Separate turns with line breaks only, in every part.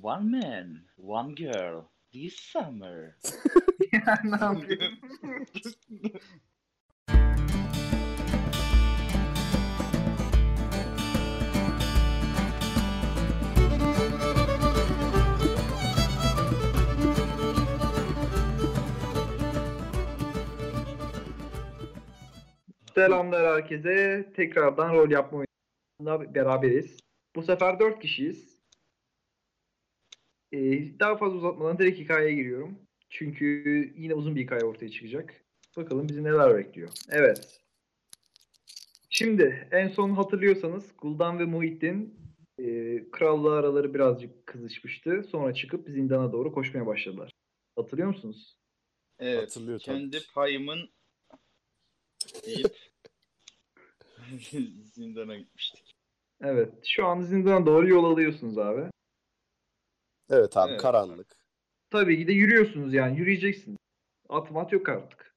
One man, one girl. This summer.
ne yapayım? Selamlar herkese. Tekrardan rol yapma oyununda beraberiz. Bu sefer dört kişiyiz. Ee, daha fazla uzatmadan direkt hikayeye giriyorum. Çünkü yine uzun bir hikaye ortaya çıkacak. Bakalım bizi neler bekliyor. Evet. Şimdi en son hatırlıyorsanız Guldan ve Muhittin e, kralla araları birazcık kızışmıştı. Sonra çıkıp zindana doğru koşmaya başladılar. Hatırlıyor musunuz?
Evet.
Hatırlıyor tabii.
kendi payımın deyip zindana gitmiştik.
Evet. Şu an zindana doğru yol alıyorsunuz abi.
Evet abi
Evet.
karanlık.
Tabii ki de yürüyorsunuz yani yürüyeceksiniz. At mat yok artık.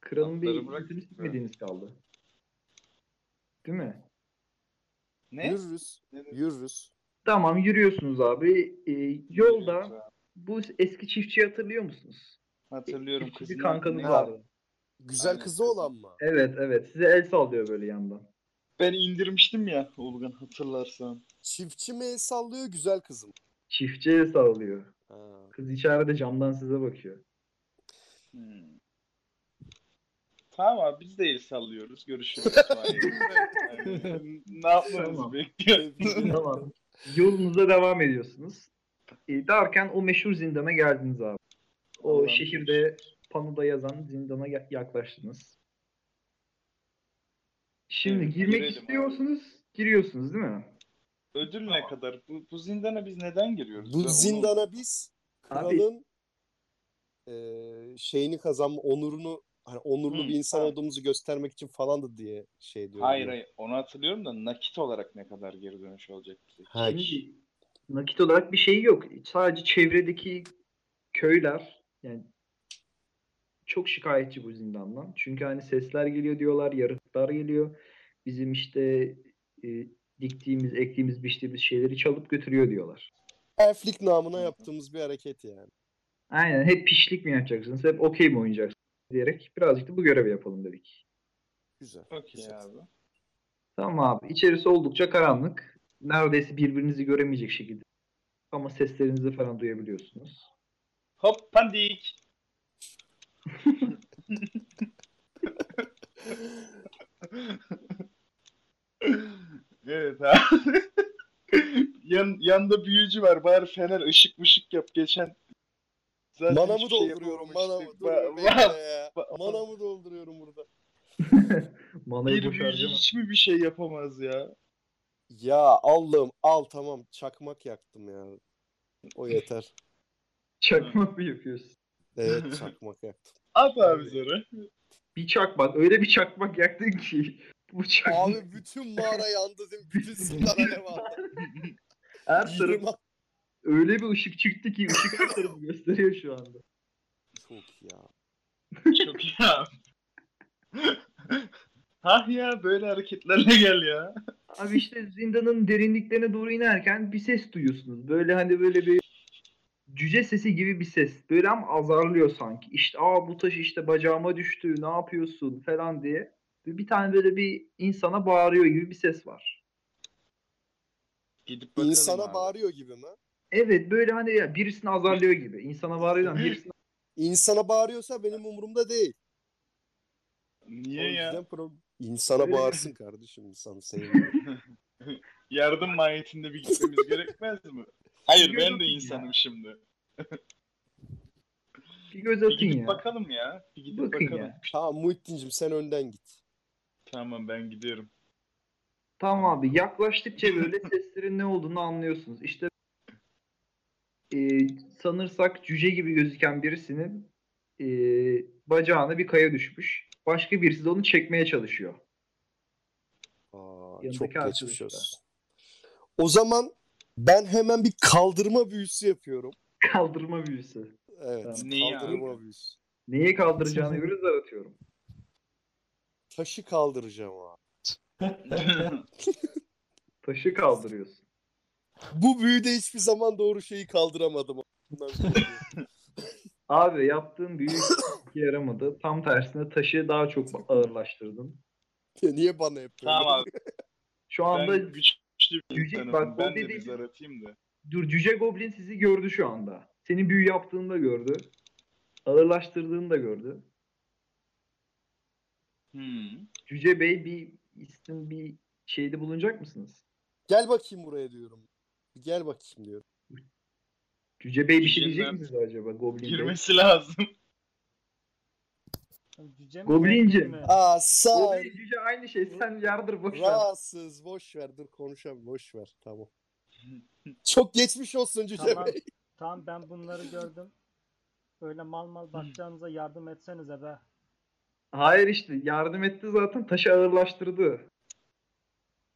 Kralın bir
Atları bıraktık
izini
mı?
sikmediğiniz kaldı. Değil mi?
Ne?
Yürürüz.
Ne dedi?
Yürürüz.
Tamam yürüyorsunuz abi. Ee, yolda bu eski çiftçiyi hatırlıyor musunuz?
hatırlıyorum
Çiftçi
kızın
Bir kankanız
ne-
vardı.
Güzel
Aynen.
kızı olan mı?
Evet evet size el sallıyor böyle yandan.
Ben indirmiştim ya Olgan hatırlarsan.
Çiftçi mi el sallıyor güzel kızım?
Çiftçi el sallıyor.
Ha.
Kız içeride camdan size bakıyor.
Hmm. Tamam abi biz de el sallıyoruz. Görüşürüz. Yani, ne yapmamız
Tamam.
bekliyor?
tamam. Yolunuza devam ediyorsunuz. Ee, derken o meşhur zindana geldiniz abi. O
Allah'ım.
şehirde panoda yazan zindana ya- yaklaştınız. Şimdi
Evet,
girmek
girelim
istiyorsunuz, giriyorsunuz değil mi?
Ödül ne kadar? Bu, bu zindana biz neden giriyoruz? Ben
Bu
onu-
zindana biz
Abi.
kralın eee, şeyini kazanma, onurunu hani onurlu
Hı,
bir insan
ha.
olduğumuzu göstermek için falandı diye şey diyorum.
Hayır
ya.
hayır onu hatırlıyorum da nakit olarak ne kadar geri dönüş olacak bize?
Ha,
Şimdi nakit olarak bir şey yok. Sadece çevredeki köyler yani çok şikayetçi bu zindandan. Çünkü hani sesler geliyor diyorlar, yarıklar geliyor. Bizim işte e, diktiğimiz, ektiğimiz, biçtiğimiz şeyleri çalıp götürüyor diyorlar.
Elflik namına yaptığımız bir hareket yani.
Aynen hep pişlik mi yapacaksınız, hep okey mi oynayacaksınız diyerek birazcık da bu görevi yapalım dedik.
Güzel.
Okey
güzel.
abi.
Tamam abi içerisi oldukça karanlık. Neredeyse birbirinizi göremeyecek şekilde. Ama seslerinizi falan duyabiliyorsunuz.
Hop pandik. evet abi. Yan, yanda büyücü var. Bari fener ışık ışık yap geçen. Zaten
Manamı
hiçbir şey
dolduruyorum manamı.
yapamamıştık.
Dur
Va-
bekle
va-
ya.
va-
Manamı dolduruyorum burada.
Manayı
Bir
boş
büyücü
harcama.
hiç mi bir şey yapamaz ya?
Ya Allah'ım al tamam çakmak yaktım ya. O yeter.
Çakmak mı yapıyorsun?
Evet çakmak yaktım.
At abi zarı.
Bir çakmak. Öyle bir çakmak yaktın ki. Bu çakmak.
Abi bütün mağara yandı değil mi? Bütün silahlar alev aldı.
her taraf
Yirmi-
öyle bir ışık çıktı ki ışık her tarafı gösteriyor şu anda.
Çok ya.
Çok iyi abi. Hah ya böyle hareketlerle gel ya.
Abi işte zindanın derinliklerine doğru inerken bir ses duyuyorsunuz. Böyle hani böyle bir cüce sesi gibi bir ses. Böyle ama azarlıyor sanki. İşte aa bu taş işte bacağıma düştü ne yapıyorsun falan diye. Ve Bir tane böyle bir insana bağırıyor gibi bir ses var.
Gidip bakalım
İnsana
abi.
bağırıyor gibi mi?
Evet böyle hani ya birisini azarlıyor gibi. İnsana bağırıyor ama birisini
İnsana bağırıyorsa benim umurumda değil.
Niye
o
ya?
yüzden problem. İnsana
Öyle.
bağırsın kardeşim insan sevmiyor.
Yardım mahiyetinde bir gitmemiz gerekmez mi? Hayır ben
Biliyordum
de
ya.
insanım şimdi.
bir göz
Bir
atın
gidip
ya.
bakalım ya. Bir gidip
Bakın
bakalım.
ya.
tamam Muhittin'cim sen önden git.
Tamam ben gidiyorum.
Tamam abi yaklaştıkça böyle seslerin ne olduğunu anlıyorsunuz. İşte e, sanırsak cüce gibi gözüken birisinin e, bacağına bir kaya düşmüş. Başka birisi de onu çekmeye çalışıyor.
Aa,
Yanındaki
çok geçmiş
arkadaşlar.
olsun. O zaman ben hemen bir kaldırma büyüsü yapıyorum.
Kaldırma büyüsü.
Evet.
Tamam.
Neyi
kaldırma büyüsü.
Neye kaldıracağını göre zar atıyorum.
Taşı kaldıracağım abi.
Taşı kaldırıyorsun.
Bu büyüde hiçbir zaman doğru şeyi kaldıramadım. Bundan korkuyorum.
Abi yaptığın büyük yaramadı. Tam tersine taşı daha çok ağırlaştırdın.
Niye bana hep böyle?
Tamam abi.
Şu
Ben
anda
güçlü bir
Yüce-
insanım.
bak, o
ben de
dediğin-
bir zar atayım da.
Dur Cüce Goblin sizi gördü şu anda. Senin büyü yaptığını da gördü. Ağırlaştırdığını da gördü.
Hmm.
Cüce Bey bir istin bir şeyde bulunacak mısınız?
Gel bakayım buraya diyorum. Gel bakayım diyorum.
Cüce Bey bir şey
Cüce'nin
diyecek mi size acaba Goblin Bey?
Girmesi lazım.
Cüce mi?
Goblinci.
Cüce mi?
Aa sağ
Goblin Cüce aynı şey. Sen yardır boşver.
rahatsız boş ver dur konuşalım boş ver tamam. Çok geçmiş olsun Cüce
Tamam.
Bey.
Tamam ben bunları gördüm. Öyle mal
Hmm.
mal bakacağınıza yardım etsenize be.
Hayır işte yardım etti zaten taşı ağırlaştırdı.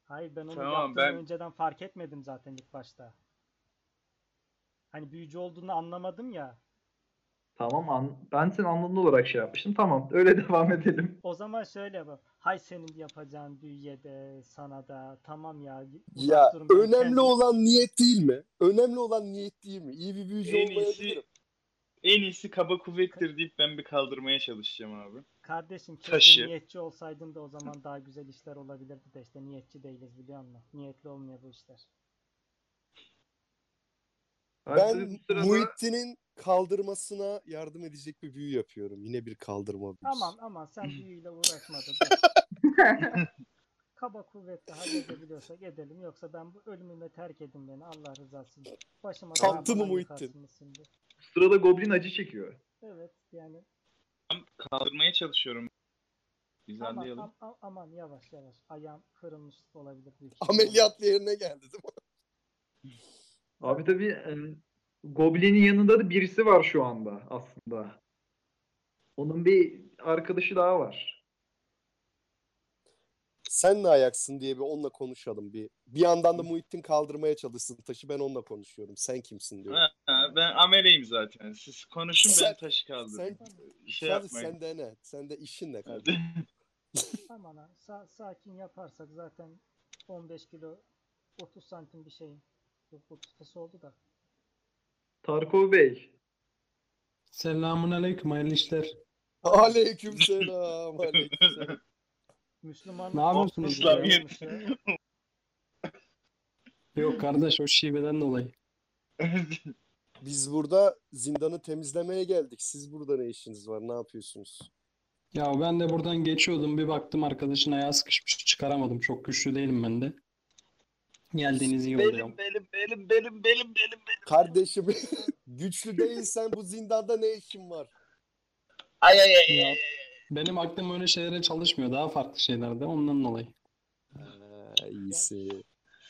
Hayır ben onu
Tamam,
yaptığını
ben-
önceden fark etmedim zaten ilk başta. Hani büyücü olduğunu anlamadım ya.
Tamam an- ben senin anlamlı olarak şey yapmıştım. Tamam öyle devam edelim.
O zaman şöyle bu. Hay senin yapacağın büyüye de sana da tamam ya. uzak
Ya
durun, ben
önemli
kendim-
olan niyet değil mi? Önemli olan niyet değil mi? İyi bir büyücü
En
olmayabilirim.
iyisi en iyisi kaba kuvvettir deyip ben bir kaldırmaya çalışacağım abi.
Kardeşim keşke
Taşı.
niyetçi olsaydın da o zaman daha güzel işler olabilirdi de işte niyetçi değiliz biliyor musun? Niyetli olmuyor bu işler.
Abi tabii
Ben
bu sırada-
Muhittin'in kaldırmasına yardım edecek bir büyü yapıyorum. Yine bir kaldırma büyüsü.
Aman aman sen büyüyle uğraşmadın. Kaba kuvvetle halledebiliyorsak edelim. Yoksa ben bu ölümüme terk edin beni Allah rızası için. Başıma
Sattı
darbe
mı
falan
Muhittin?
yıkarsınız şimdi.
bu sırada Goblin acı çekiyor.
Evet yani
Kaldırmaya çalışıyorum.
aman,
Güzelleyelim.
am- am- aman yavaş yavaş ayağım kırılmış olabilir. büyük ihtimalle.
Ameliyat yerine geldi değil mi?
Abi tabii e, Goblin'in yanında da birisi var şu anda aslında. Onun bir arkadaşı daha var.
Sen ne ayaksın diye bir onunla konuşalım. Bir bir yandan da Muhittin kaldırmaya çalışsın taşı ben onunla konuşuyorum. Sen kimsin diyorum.
Ha, ha, ben ameleyim zaten. Siz konuşun
Sen-
ben taşı kaldırırım.
sen
şey
Sadece
yapmayın.
sen de ne? Sen de işin ne? kardeşim?
Hadi.
Aman ha sa- sakin yaparsak zaten 15 kilo 30 santim bir şeyin. Yok 30 kısa oldu da.
Tarkov Bey.
Selamun aleyküm hayırlı işler.
Aleyküm selam. Aleyküm selam.
Müslüman
Ne yapıyorsunuz
İslam
ya?
olmuş ya.
Yok kardeş o şiveden dolayı.
Biz burada zindanı temizlemeye geldik. Siz burada ne işiniz var? Ne yapıyorsunuz?
Ya ben de buradan geçiyordum bir baktım arkadaşın ayağı sıkışmış çıkaramadım. Çok güçlü değilim ben de. Geldiğiniz iyi oldu
belim,
ya.
belim, belim, belim, belim, belim.
Kardeşim güçlü değilsen bu zindanda ne işin var?
Ay ay ay.
Ya, benim aklım öyle şeylere çalışmıyor. Daha farklı şeylerde ondan dolayı.
Ee,
Ha, iyisi.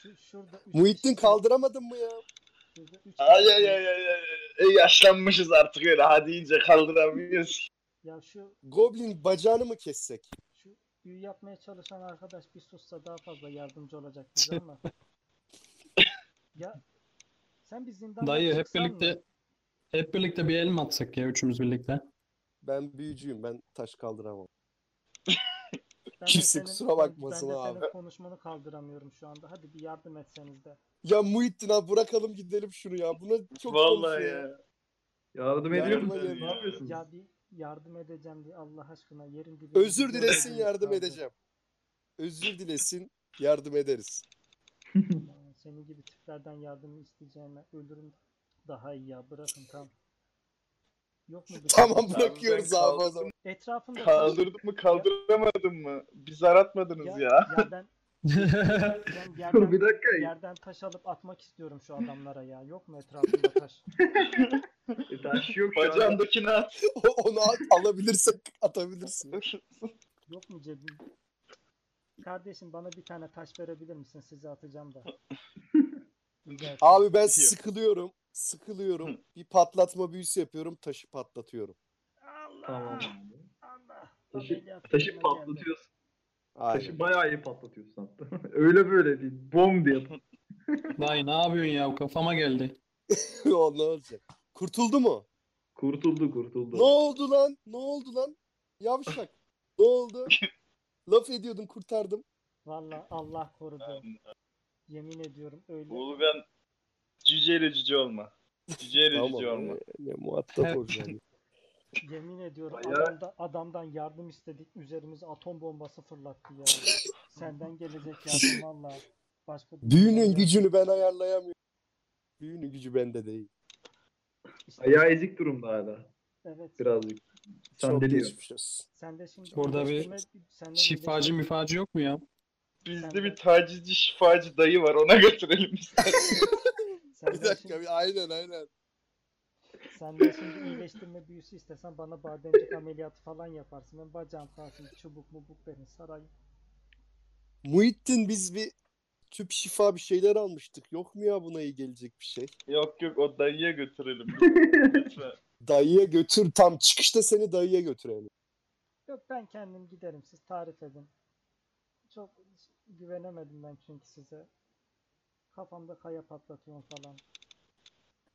Şu, şurada üç
Muhittin
kişi-
kaldıramadın mı ya?
şurada üç
Ay
kişi-
ay ay ay. ay. E, yaşlanmışız artık öyle. Hadi ince kaldıramıyoruz.
Ya şu
Goblin bacağını mı kessek?
şu büyü yapmaya çalışan arkadaş bir sussa daha fazla yardımcı olacak bize
Şey-
ama. ya sen bir zindandan
Dayı hep
çıksan
birlikte
mı?
hep birlikte bir el mi atsak ya üçümüz birlikte?
Ben büyücüyüm. Ben taş kaldıramam.
Ben de
kimse
senin-
kusura
ben-
bakmasın
ben de
abi.
senin konuşmanı kaldıramıyorum şu anda. Hadi bir yardım etseniz de.
Ya Muhittin abi bırakalım gidelim şunu ya. Buna çok
Vallahi
konuşuyor
ya.
Yardım
Yardım
ediyor musunuz?
ediyorum.
Ne yapıyorsunuz?
Ya bir yardım edeceğim diye Allah aşkına yerin dibine.
Özür dilesin
Yerin
yardım
kaldı.
edeceğim. Özür dilesin yardım ederiz.
Aman, Senin gibi tiplerden yardım isteyeceğime ölürüm daha iyi ya bırakın tamam. Yok mu bir
Tamam
şey?
bırakıyoruz
ben
abi o zaman.
Etrafında
Kaldırdın mı kaldıramadın mı? Bir zar atmadınız ya.
ya ben, ben
Dur bir
yerden,
dakika.
yerden taş alıp atmak istiyorum şu adamlara ya. Yok mu etrafında taş?
E, taş yok şu an.
Bacağındakini at.
O- Onu at, alabilirsek atabilirsin.
Yok mu cebim? Kardeşim bana bir tane taş verebilir misin? Size atacağım da. Rica etsem.
Abi ben
Yok.
sıkılıyorum. Sıkılıyorum. Bir patlatma büyüsü yapıyorum. Taşı patlatıyorum.
Allah!
Tamam.
Allah!
Taşı,
Ameliyat
taşı
yerine geldi.
patlatıyorsun. Taşı
Aynen.
bayağı iyi patlatıyorsun hatta. Öyle böyle değil. Bom diye.
Dayı ne yapıyorsun ya kafama geldi.
O ne olacak? Kurtuldu mu?
Kurtuldu kurtuldu.
Ne oldu lan? Ne oldu lan? Yavşak. ne oldu? Laf ediyordun kurtardım.
Vallahi Allah korudu. Yemin ediyorum öyle.
Oğlum ben Cüceyle cüce olma. Cüceyle
Tamam.
cüce olma.
e, Ne muhatap olacağım.
Yemin ediyorum
Bayağı-
adamda, adamdan yardım istedik. Üzerimize atom bombası fırlattı ya. Senden gelecek yardım valla. Başka bir-
Büyünün gücünü ben ayarlayamıyorum. Büyünün gücü bende değil.
İşte-
Ayağı ezik durumda hala.
Evet.
Birazcık.
Çok
Sandalye.
geçmiş olsun.
Sen de şimdi
Orada bir
iyileştirme- senden
Şifacı
iyileştirme-
mifacı yok mu ya?
Bizde bir tacizci şifacı dayı var ona götürelim istersen.
senden
Bir dakika
şimdi-
bir aynen aynen.
Senden şimdi iyileştirme büyüsü istesen bana bademcik ameliyatı falan yaparsın. Ben bacağım kalsın. Çubuk mubuk beni saray.
Muhittin biz bir tüp şifa bir şeyler almıştık. Yok mu ya buna iyi gelecek bir şey?
yok yok o dayıya götürelim. Lütfen.
Dayıya götür. Tam çıkışta seni dayıya götürelim.
Yok ben kendim giderim. Siz tarif edin. Çok güvenemedim ben çünkü size. Kafamda kaya patlatıyorum falan.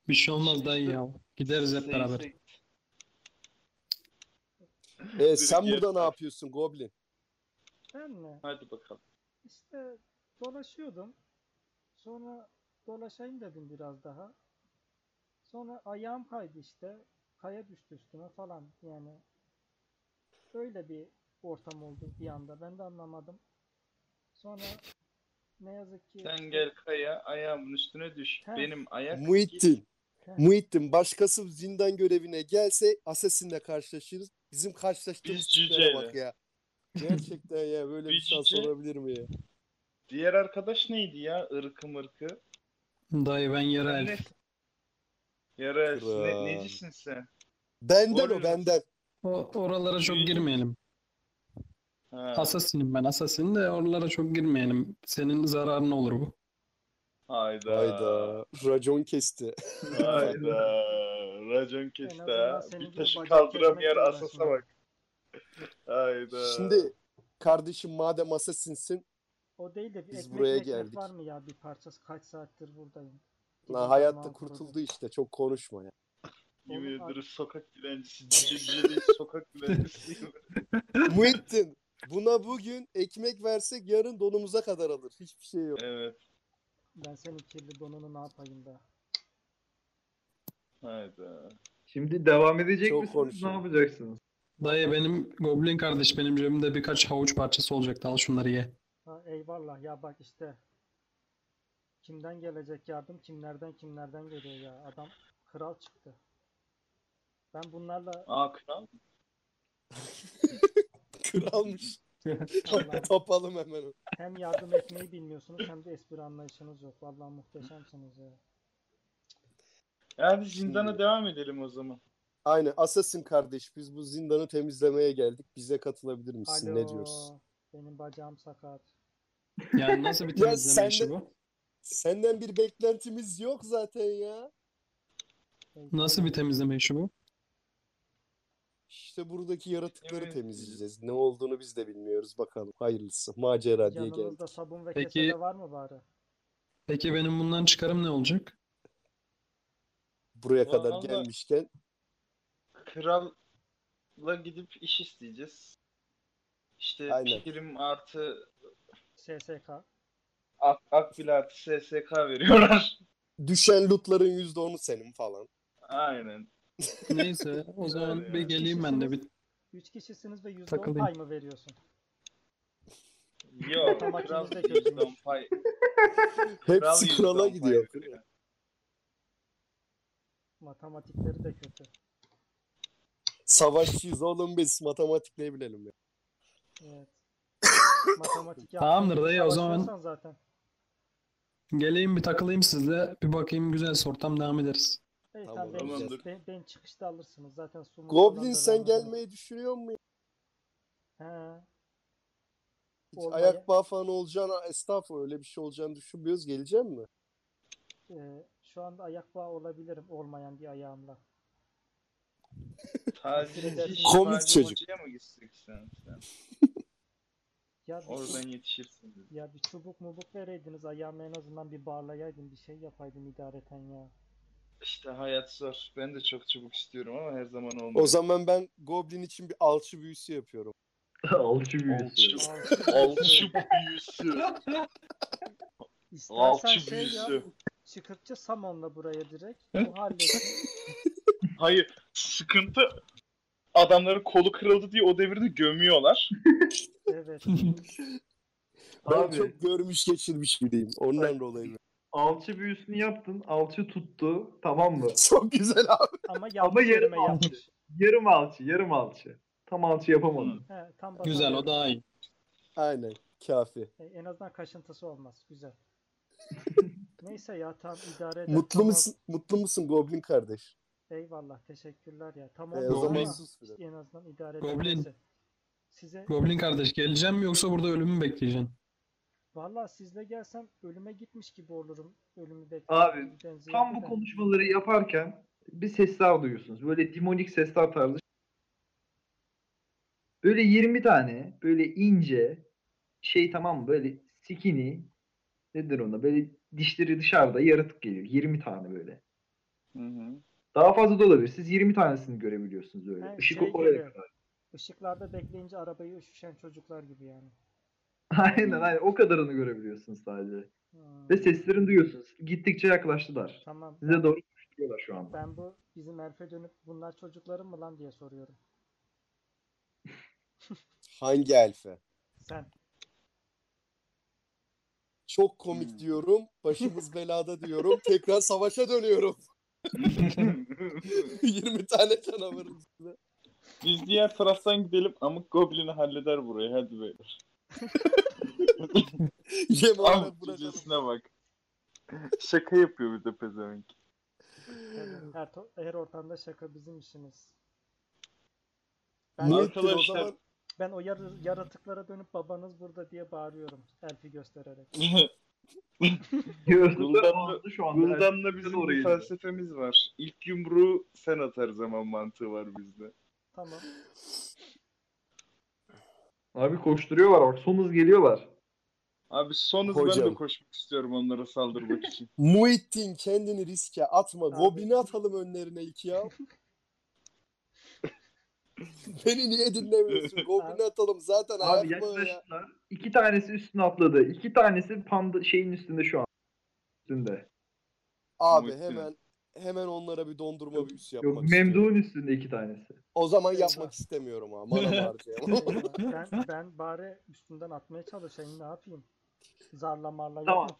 Bir şey olmaz dayı ya. Gideriz hep beraber.
Neyse.
E, sen
yer
burada ne
var.
yapıyorsun Goblin?
Ben mi?
Hadi bakalım.
İşte dolaşıyordum. Sonra dolaşayım dedim biraz daha. Sonra ayağım kaydı işte. Kaya düştü üstüme falan yani. Öyle bir ortam oldu bir anda. Ben de anlamadım. Sonra ne yazık ki
Sen gel kaya ayağımın üstüne düş.
Ha.
Benim ayak
Muhittin.
Heh.
Muhittin başkası zindan görevine gelse Assassin'le karşılaşırız. Bizim karşılaştığımız
Biz
tiplere
cüceyle.
bak ya. Gerçekten ya böyle bir
Biz
şans
cüce.
olabilir mi ya?
Diğer arkadaş neydi ya? Irkı mırkı.
Dayı ben yere
Sen
el.
ne- Yara
Kral.
ne, necisin sen?
Benden
Doğru.
o benden.
O, oralara çok girmeyelim.
Ha,
Asasinim ben asasinim de oralara çok girmeyelim. Senin zararına olur bu.
Hayda.
Hayda. Racon kesti.
Hayda. Racon kesti
azından
ha.
senin
Bir
gibi
taşı
bacak
kaldıramayan
kesmekle
asasa
uğraşma.
bak. Hayda.
Şimdi kardeşim madem Assassin'sin
o değil de bir
Biz
ekmek
buraya
mekmek
geldik.
var mı ya bir parçası kaç saattir buradayım.
la
Dilim
hayatta
damağım kurudu.
kurtuldu işte çok konuşma ya.
Yemin
Oğlum,
ederim sokak dilencisi. Cici cici değil, sokak dilencisi.
Muhittin buna bugün ekmek versek yarın donumuza kadar alır. Hiçbir şey yok.
evet.
Ben senin kirli donunu ne yapayım da.
Hayda.
Şimdi devam edecek
Çok
misiniz?
konuşuyor.
Ne yapacaksınız?
Dayı benim goblin kardeş benim cebimde birkaç havuç parçası olacaktı. Al şunları ye.
Ha, eyvallah ya bak işte kimden gelecek yardım kimlerden kimlerden geliyor ya adam kral çıktı. Ben bunlarla
Aa kral.
Kralmış.
Allah,
Tapalım hemen. onu.
hem yardım etmeyi bilmiyorsunuz hem de espri anlayışınız yok. Vallahi muhteşemsiniz ya.
Yani zindana devam edelim o zaman.
Aynen Assassin kardeş biz bu zindanı temizlemeye geldik. Bize katılabilir misin? Ne diyorsun?
Alo, benim bacağım sakat.
Yani nasıl bir
Ya
temizleme
sen
işi
de-
bu?
Senden bir beklentimiz yok zaten ya.
Hey,
Nasıl bir temizleme işi bu?
İşte buradaki yaratıkları
Evet.
temizleyeceğiz. Ne olduğunu biz de bilmiyoruz. Bakalım hayırlısı. Macera diye geldik.
Yanınızda sabun ve
Peki-
kesede var mı bari?
Peki benim bundan çıkarım ne olacak?
Buraya kadar
Vallahi-
gelmişken
Kralla gidip iş isteyeceğiz. İşte
Aynen.
prim artı
SSK.
ak, akbil artı SSK veriyorlar.
düşen lootların %10'u senin falan.
Aynen.
Neyse o
Öyle
zaman bir
yani.
geleyim ben de bir
3 kişisiniz ve %10
Takılayım.
pay mı veriyorsun?
Yo,
Tamam,
kral
ikimiz de kötüymüş.
yüzden pay. Kral
Hepsi
yüzden
krala
pay
gidiyor.
veriyor.
Matematikleri de kötü.
Savaşçıyız oğlum biz. Matematik ne bilelim ya.
Evet. Matematik
Tamamdır
yaptığın
dayı,
için
o zaman-
savaşıyorsan zaten.
geleyim bir takılayım sizle. Bir bakayım güzel ortam devam ederiz.
Evet,
Tamam,
tamam, ben,
tamamdır.
ben, ben çıkışta alırsınız zaten sumo falan
Goblin
da
sen
vermedi.
gelmeyi düşünüyor musun?
He.
Hiç
Olmayı-
ayak bağı falan olacağını estağfurullah öyle bir şey olacağını düşünmüyoruz. Geleceğim mi?
e, şu anda ayak bağı olabilirim olmayan bir ayağımla.
Tacizci
Komik
şifacı
çocuk.
hocaya mı gitsek sen? sen?
Ya bir,
Oradan yetişirsin dedi.
ya bir çubuk mubuk vereydiniz ayağımı en azından bir bağlayaydım bir şey yapaydım idareten ya.
İşte hayat zor. Ben de çok çabuk istiyorum ama her zaman olmuyor.
O zaman ben Goblin için bir alçı büyüsü yapıyorum.
Alçı büyüsü.
Alçı-
Alçı-
Alçı büyüsü.
İstersen
Alçı
şey yap,
büyüsü.
Çıkırtçı samanla buraya direkt. Bu halletti.
Hayır. Sıkıntı adamların kolu kırıldı diye o devirde gömüyorlar.
Evet.
Ben
Abi
çok görmüş geçirmiş biriyim. Ondan dolayı.
alçı büyüsünü yaptın. Alçı tuttu. Tamam mı?
Çok güzel abi.
Ama yanlış
yarım
yerime
almış.
yapmış.
Yarım alçı. Yarım alçı. Tam alçı yapamadın.
He, tam bakalım.
Güzel o daha iyi.
Aynen. Kafi.
E, En azından kaşıntısı olmaz. Güzel. Neyse ya tam idare eder.
Mutlu
Tam
musun? Mutlu musun Goblin kardeş?
ol- Eyvallah teşekkürler ya. Tamam.
Ee, o
Goblin-
zaman
ama
sus biraz.
en azından idare eder.
Goblin.
Neyse. Size
Goblin kardeş geleceğim mi yoksa burada ölümü mü bekleyeceksin?
Vallahi sizle gelsem ölüme gitmiş gibi olurum. Ölümü
Abi,
bekliyorum.
Tam bu konuşmaları yaparken bir sesler duyuyorsunuz. Böyle demonik sesler tarzı. Böyle 20 tane böyle ince şey tamam mı? Böyle skinny nedir ona? Böyle dişleri dışarıda yaratık geliyor. 20 tane böyle. Daha fazla da olabilir. Siz 20 tanesini görebiliyorsunuz öyle.
Ha,
Işık
şey
oraya
geliyor.
kadar.
Işıklarda bekleyince arabayı üşüşen çocuklar gibi yani.
Aynen aynen. O kadarını görebiliyorsunuz sadece.
Hmm,
Ve seslerini duyuyorsunuz. Gittikçe yaklaştılar.
Tamam.
Size doğru koşturuyorlar şu anda.
Ben bu bizim Elf'e dönüp bunlar çocukların mı lan diye soruyorum.
Hangi elfe?
Sen
Çok komik
Hmm.
diyorum. Başımız belada diyorum. Tekrar savaşa dönüyorum. 20 tane canavarın üstüne.
Biz diğer taraftan gidelim amık Goblin'i halleder burayı hadi beyler.
Yemin
Amık
bırakalım.
gecesine bak. Şaka yapıyor bir de pezevenk.
tabii, her, to- her ortamda şaka bizim işimiz. Ben,
Niye
Arkadaşlar-
o zaman?
ben o yar- yaratıklara dönüp babanız burada diye bağırıyorum. Elf'i göstererek.
Yaratıklar
Guldan'la-
ağzı şu anda.
Guldan'la bizim
oraya
bir
gidiyor.
felsefemiz var. İlk yumruğu sen atar zaman mantığı var bizde.
Tamam.
Abi koşturuyorlar bak. Son hız geliyorlar.
Abi son hız ben
Hocam.
de koşmak istiyorum onlara saldırmak için.
Muhittin kendini riske atma.
Abi.
Goblin'i atalım önlerine ilk ya. Beni niye dinlemiyorsun? Goblin'i atalım zaten
Abi
ayakta ya.
yaklaştılar. İki tanesi üstüne atladı. İki tanesi panda şeyin üstünde şu an. Üstünde.
Abi
Muhittin.
hemen hemen onlara bir dondurma büyüsü yapmak
Yok
istiyorum.
Memduh'un üstünde iki tanesi.
O zaman
Eyvah.
yapmak istemiyorum ha. Mana harcayamam.
ben, ben bari üstünden atmaya çalışayım. Ne yapayım? Zarla marla
Tamam.
yok.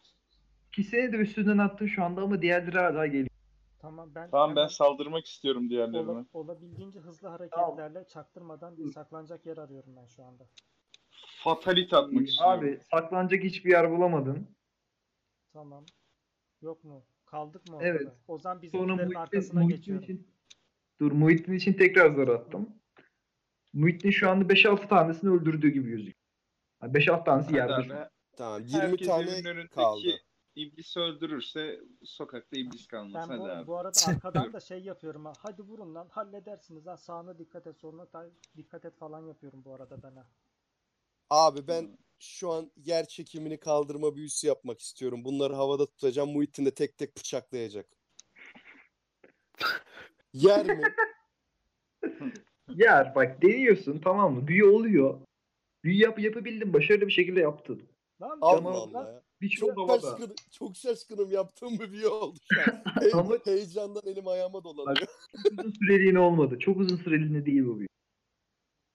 İkisini de üstünden attın şu anda ama diğerleri hala geliyor.
Tamam ben
tamam ben
hemen
saldırmak istiyorum
ola-
diğerlerine.
olabildiğince hızlı
Tamam.
hareketlerle çaktırmadan bir saklanacak yer arıyorum ben şu anda.
Fatalite atmak istiyorum.
Abi saklanacak hiçbir yer bulamadın.
Tamam. Yok mu? Kaldık mı
Evet.
ortada? O zaman
Sonra
bizimkilerin
Muhittin,
arkasına
Muhittin
geçiyorum.
için Dur Muhittin için tekrar zar attım. Muhittin şu anda 5-6 tanesini öldürdüğü gibi gözüküyor. Yani 5-6 tanesi
Hadi
yerde
abi,
şu an.
tamam 20
herkes evinin
tane
önündeki
kaldı.
İblis öldürürse sokakta iblis kalmaz.
Ben
Hadi
bu,
abi.
bu arada arkadan da şey yapıyorum ha. Hadi vurun lan halledersiniz ha. Sağına dikkat et soluna da- dikkat et falan yapıyorum bu arada ben ha.
Abi ben şu an yer çekimini kaldırma büyüsü yapmak istiyorum. Bunları havada tutacağım. Muhittin de tek tek bıçaklayacak. Yer mi?
Yer bak deniyorsun tamam mı? Büyü oluyor. Büyü yap, yapabildin başarılı bir şekilde yaptın. şey
Lan
Allah
canavar
Allah
lan.
ya.
Birçok
Çok
havada.
şaşkınım, çok şaşkınım yaptığım bir video oldu şu an. Hey-
Ama-
heyecandan elim ayağıma dolanıyor.
Çok uzun süreliğine olmadı. Çok uzun süreliğine değil bu büyü.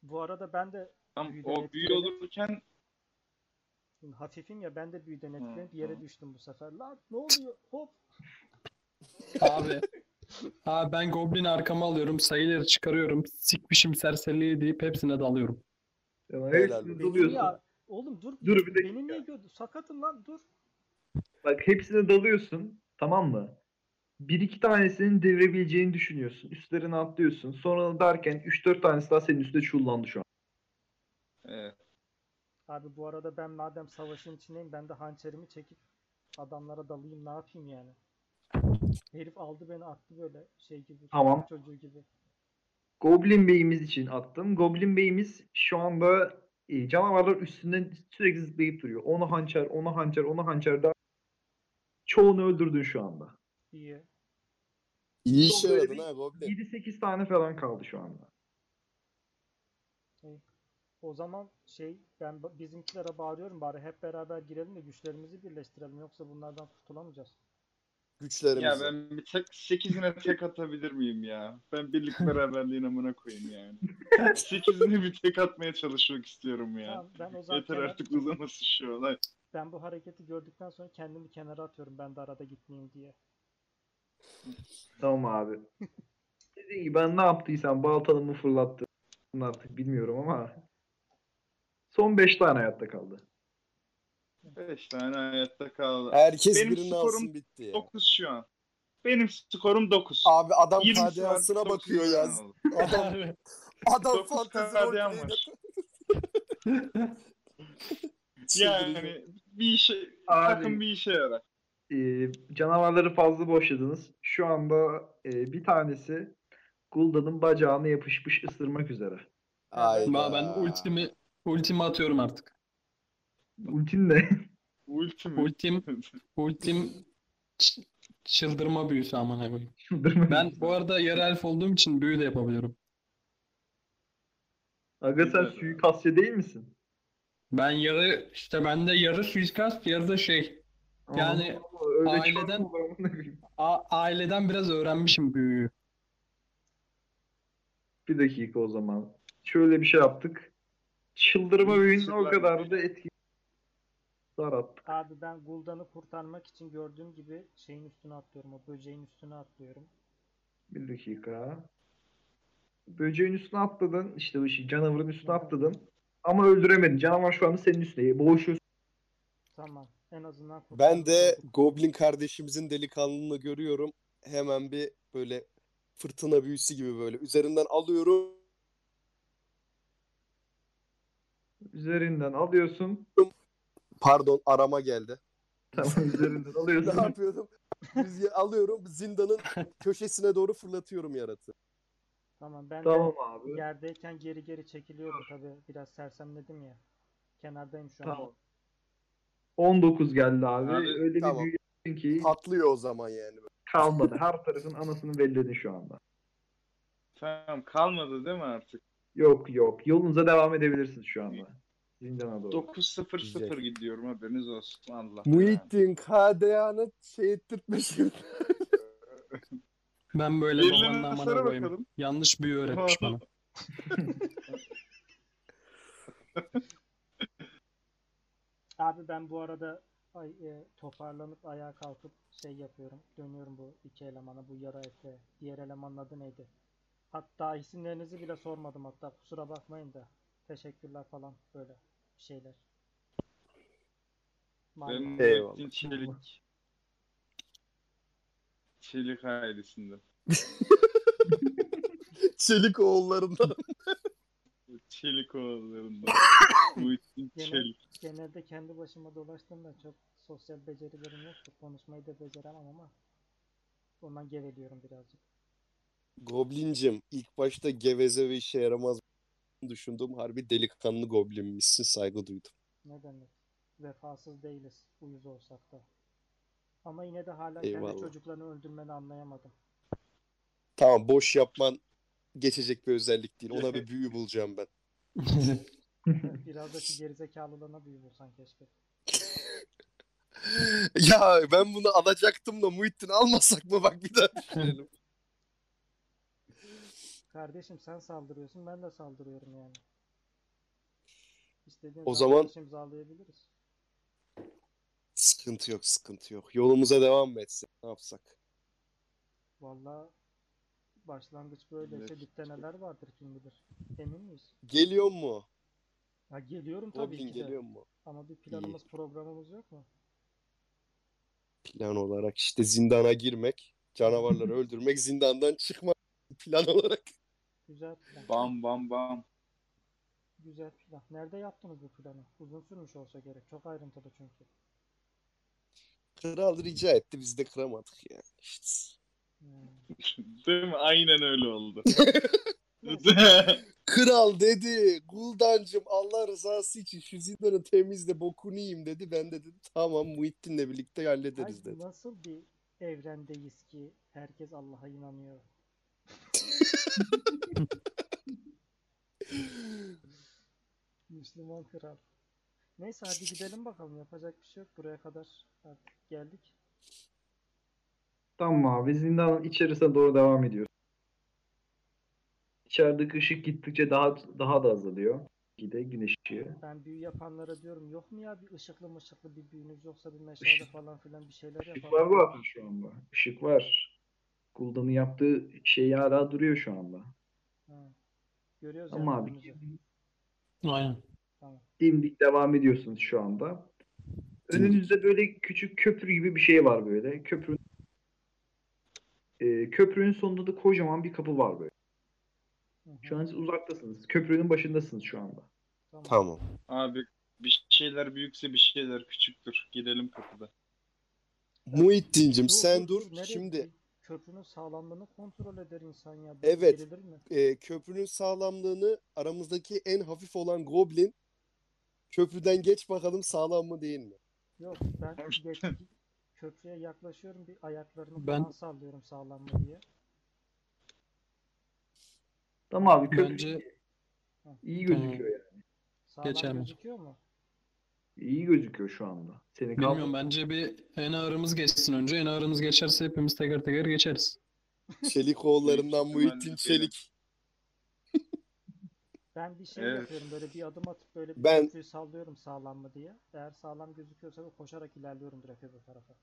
Bu arada ben de
Tam
Büyüden
o büyü
etkilenip-
olurken
Şimdi hafifim ya ben de büyüden etkilenip
hı.
yere düştüm bu sefer. Lan ne oluyor? Hop.
Abi. Abi ben Goblin'i arkama alıyorum. Sayıları çıkarıyorum. Sikmişim serseriliği deyip hepsine dalıyorum.
Yani
Helal
hepsini
olsun.
dalıyorsun.
Ya oğlum dur.
Dur bir dakika.
Beni niye gördün? Sakatım lan dur.
Bak hepsine dalıyorsun. Tamam mı? Bir iki tanesinin devirebileceğini düşünüyorsun. Üstlerine atlıyorsun. Sonra derken 3-4 tanesi daha senin üstüne çullandı şu an.
evet,
Abi bu arada ben madem savaşın içindeyim ben de hançerimi çekip adamlara dalayım ne yapayım yani. Herif aldı beni attı böyle şey gibi.
Tamam.
Çocuğu gibi.
Goblin Bey'imiz için attım. Goblin Bey'imiz şu anda e, canavarlar üstünden sürekli zıplayıp duruyor. Ona hançer, ona hançer, ona hançer daha. Çoğunu öldürdün şu anda.
İyi.
İyi şey işe
Böyle
yaradın
bir-
ha Goblin.
7-8 tane falan kaldı şu anda.
O zaman şey ben ba- bizimkilere bağırıyorum bari hep beraber girelim de güçlerimizi birleştirelim yoksa bunlardan kurtulamayacağız.
güçlerimizi.
Ya ben bir tek 8'ine tek atabilir miyim ya? Ben birlik beraberliğin amına koyayım yani. 8'ine bir tek atmaya çalışmak istiyorum ya.
Tamam, ben o zaman
Yeter
kenar-
artık uzaması şu olay.
ben bu hareketi gördükten sonra kendimi kenara atıyorum ben de arada gitmeyeyim diye.
Tamam abi. Dediğim gibi ben ne yaptıysam baltalımı fırlattım artık bilmiyorum ama son 5 tane hayatta kaldı.
5 tane hayatta kaldı.
Herkes
Benim
birini
skorum
alsın bitti ya.
9 şu an. Benim skorum 9.
Abi adam
20 saat
KDA'sına
9
bakıyor
tane
ya.
oldu.
Adam,
Abi,
adam
9
fantezi
KDA'm
roleplay'de
var.
çıldırıyor.
Yani bir işe,
Abi.
takım bir işe yarar.
Ee, canavarları fazla boşladınız. Şu anda e, bir tanesi Gulda'nın bacağına yapışmış ısırmak üzere.
Hayda.
ben ben ultimi ultimi atıyorum artık.
Ultin ne?
Ulti mi?
Ultim ultim ç- çıldırma büyüsü amına koyayım.
Çıldırma.
Ben bu arada yarı elf olduğum için büyü de yapabiliyorum.
Aga sen
Güzel.
suikastçı değil misin?
Ben yarı işte bende yarı suikast yarı da şey Yani
Ama öyle çok
aileden-
olur, amına koyayım.
a- aileden biraz öğrenmişim büyüyü.
Bir dakika o zaman. Şöyle bir şey yaptık. Çıldırma büyünün o kadar da
şey.
etki zar attık.
Abi ben Guldan'ı kurtarmak için gördüğüm gibi şeyin üstüne atlıyorum. O böceğin üstüne atlıyorum.
Bir dakika. Böceğin üstüne atladın. işte bu şey, canavarın üstüne atladın. Ama öldüremedin. Canavar şu anda senin üstüne. Boğuşuyorsun.
Tamam. En azından
Ben de
kurtardık.
Goblin kardeşimizin delikanlılığını görüyorum. Hemen bir böyle fırtına büyüsü gibi böyle üzerinden alıyorum.
Üzerinden alıyorsun.
Pardon arama geldi.
Tamam üzerinden
Ne
alıyorsun.
yapıyorum? Rüzgar- alıyorum zindanın köşesine doğru fırlatıyorum yaratığı.
Tamam ben
tamam
de
abi.
yerdeyken geri geri çekiliyorum tabii. Biraz sersemledim ya. Kenardayım şu an.
Tamam. 19 geldi abi.
Abi,
Öyle
tamam.
bir büyüyorsun ki
Patlıyor o zaman yani.
kalmadı. Her tarafın anasını belledin şu anda.
Tamam kalmadı değil mi artık?
Yok yok. Yolunuza devam edebilirsiniz şu anda. Zindana doğru.
9-0-0
Güzel.
gidiyorum haberiniz olsun. Allah.
Muhittin KDA'nı şey ettirtmişim.
Ben böyle
Birilerine
babanın amına
sor
koyayım.
bakalım.
Yanlış büyü öğretmiş bana.
Abi ben bu arada ay, e, toparlanıp ayağa kalkıp şey yapıyorum. Dönüyorum bu iki elemana, bu yara efe. Diğer elemanın adı neydi? Hatta isimlerinizi bile sormadım hatta. Kusura bakmayın da. Teşekkürler falan böyle bir şeyler.
Ben
Maalesef.
Eyvallah.
Muhittin Çelik. Çelik ailesinde.
Çelik oğullarından.
Çelik oğullarında. Muhittin
Genel-
Çelik.
Genelde kendi başıma dolaştığımda çok sosyal becerilerim yoktu. Konuşmayı da beceremem ama ondan geveliyorum birazcık.
Goblincim ilk başta geveze ve işe yaramaz düşündüm. Harbi delikanlı goblinmişsin saygı duydum.
Ne demek? Vefasız değiliz uyuz olsak da. Ama yine de hala
Eyvallah.
kendi çocuklarını öldürmeni anlayamadım.
Tamam boş yapman geçecek bir özellik değil. Ona bir büyü bulacağım ben.
Biraz da şu gerizekalılığına büyümüşsen keşke.
ya ben bunu alacaktım da Muhittin almasak mı bak bir daha düşünelim.
Kardeşim sen saldırıyorsun ben de saldırıyorum yani. İstediğin
O
zaman
zaman-
barış imzalayabiliriz.
sıkıntı yok sıkıntı yok. Yolumuza devam mı etsek ne yapsak?
Valla başlangıç böyleyse
Evet.
dipte neler vardır kim bilir. Emin miyiz?
Geliyor mu?
Ya geliyorum tabii
Goblin
ki de.
geliyor mu?
Ama bir planımız programımız yok mu?
Plan olarak işte zindana girmek, canavarları öldürmek, zindandan çıkmak plan olarak.
Güzel plan.
Bam bam bam.
Güzel plan. Nerede yaptınız bu planı? Uzun sürmüş olsa gerek. Çok ayrıntılı çünkü.
Kral rica etti biz de kıramadık yani. İşte.
Hmm.
Değil mi? Aynen öyle oldu.
Kral dedi Guldancım Allah rızası için şu zindanı temizle bokunu yiyeyim dedi. Ben de dedim tamam Muhittin'le birlikte
Ay,
hallederiz dedi.
nasıl bir evrendeyiz ki herkes Allah'a inanıyor? Müslüman kral. Neyse hadi gidelim bakalım. Yapacak bir şey yok. Buraya kadar artık geldik.
Tamam abi zindanın içerisine doğru devam ediyoruz. İçerideki ışık gittikçe daha daha da azalıyor. Gide güneş ışığı.
Ben büyü yapanlara diyorum yok mu ya bir ışıklı mışıklı bir büyünüz yoksa bir meşale
Işık-
falan filan bir şeyler
Işık var
yapalım.
zaten şu anda. Işık var. Guldan'ın yaptığı şey hala duruyor şu anda.
Ha. Görüyoruz
Ama
yani
abi
önümüzü.
Aynen.
Tamam.
dimdik devam ediyorsunuz şu anda. Önünüzde böyle küçük köprü gibi bir şey var böyle. Köprünün Ee, köprünün sonunda da kocaman bir kapı var böyle.
Hı hı,
Şu an siz uzaktasınız. Köprünün başındasınız şu anda.
tamam.
Tamam.
Abi bir şeyler büyükse bir şeyler küçüktür. Girelim kapıda.
Muhittin'cim
Dur,
sen dur.
nereye
Şimdi
gidiyor? Köprünün sağlamlığını kontrol eder insan ya. Böyle
Evet.
girilir mi?
e, köprünün sağlamlığını aramızdaki en hafif olan Goblin köprüden geç bakalım sağlam mı değil mi?
Yok ben geç, köprüye yaklaşıyorum bir ayaklarımı
Ben-
falan sallıyorum sağlam mı diye.
Tamam abi köprü
Bence
iyi gözüküyor yani.
Sağlam
Geçer mi?
gözüküyor mu?
İyi gözüküyor şu anda. Seni kal-
bilmiyorum bence bir en ağırımız geçsin önce. En ağırımız geçerse hepimiz teker teker geçeriz.
Çelik oğullarından
Büyük ihtimalle
Muhittin
değil.
Çelik.
Ben bir şey
Evet.
yapıyorum böyle bir adım atıp böyle bir
Ben-
köprüyü sallıyorum sağlam mı diye. Eğer sağlam gözüküyorsa da koşarak ilerliyorum direkt öbür tarafa.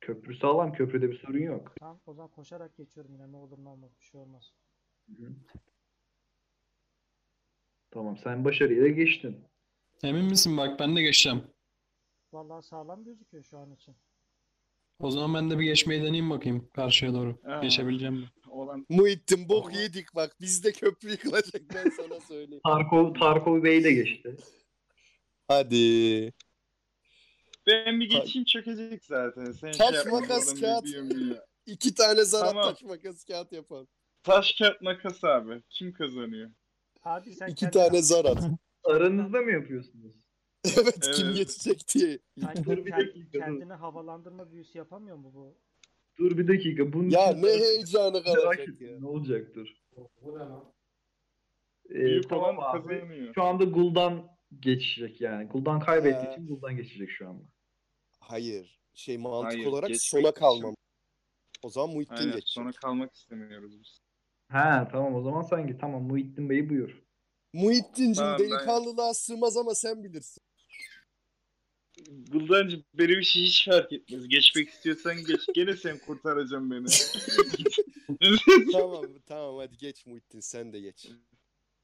Köprü sağlam. Köprüde bir sorun yok.
Tamam o zaman koşarak geçiyorum yine ne olur ne olmaz bir şey olmaz.
Tamam sen başarıyla geçtin.
Emin misin? Bak ben de geçeceğim.
Vallahi sağlam gözüküyor şu an için.
O zaman ben de bir geçmeyi deneyeyim bakayım karşıya doğru.
Ha.
Geçebileceğim mi?
Olan
Muhittin bok
Ama-
yedik bak bizde köprü yıkılacak ben sana söyleyeyim.
Tarkov, Tarkov Bey de geçti.
Hadi.
ben bir geçeyim çökecek zaten. Sen şey
Taş,
yapma,
makas,
oğlum,
kağıt.
biliyorum, biliyorum.
İki tane zarat
Tamam.
taş makas kağıt yapalım.
Taş kağıt makas abi. Kim kazanıyor?
Abi sen
İki
kendin
tane
yap.
zarat.
Aranızda mı yapıyorsunuz?
evet, kim
Evet.
geçecek diye.
Sen
Dur bir
kend-
dakika, dur.
kendini havalandırma büyüsü yapamıyor mu bu?
Dur bir dakika. Bunun
Ya
için
ne heyecanı
merak
kalacak
ettim,
ya.
Ne olacaktır? Ee,
Büyük
tamam
olan
abi.
kazanıyor.
Şu anda Gul'dan geçecek yani. Gul'dan kaybettiği
Ee,
için Gul'dan geçecek şu anda.
Hayır. Şey mantık
Hayır,
olarak
geçmek
sona
için.
kalmam. O zaman Muhittin
Aynen.
geçecek.
Sonra kalmak istemiyoruz biz.
He tamam o zaman sen git. Tamam Muhittin Bey buyur.
Muhittin'cim
Tamam, ben-
delikanlılığa sığmaz ama sen bilirsin.
Gıldancı benim işi şey hiç fark etmez. Geçmek istiyorsan geç. Gene sen kurtaracaksın beni.
tamam tamam hadi geç Muhittin sen de geç.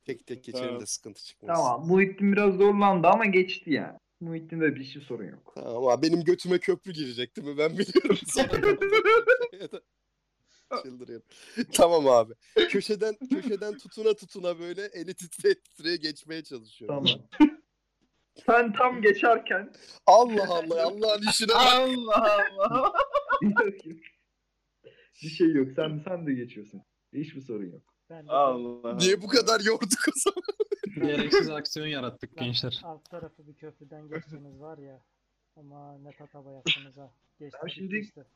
Tek tek geçelim
Tamam.
de sıkıntı çıkmasın.
Tamam Muhittin biraz zorlandı ama geçti yani. Muhittin'de bir şey sorun yok.
Tamam abi, benim götüme köprü girecek değil mi? Ben biliyorum. Çıldırıyorum. Tamam abi. Köşeden köşeden tutuna tutuna böyle eli titre titreye geçmeye çalışıyorum.
Tamam. sen tam geçerken
Allah Allah Allah'ın işine bak.
Allah Allah.
Yok, yok. bir şey yok. Sen sen de geçiyorsun. Hiçbir sorun yok.
Ben de
Allah.
Niye bu kadar yorduk o zaman?
Gereksiz aksiyon yarattık
Lan,
gençler.
alt tarafı bir köprüden geçseniz var ya. Ama ne tatava yaptınız ha. Geçti
Ya
şimdi...
şimdi-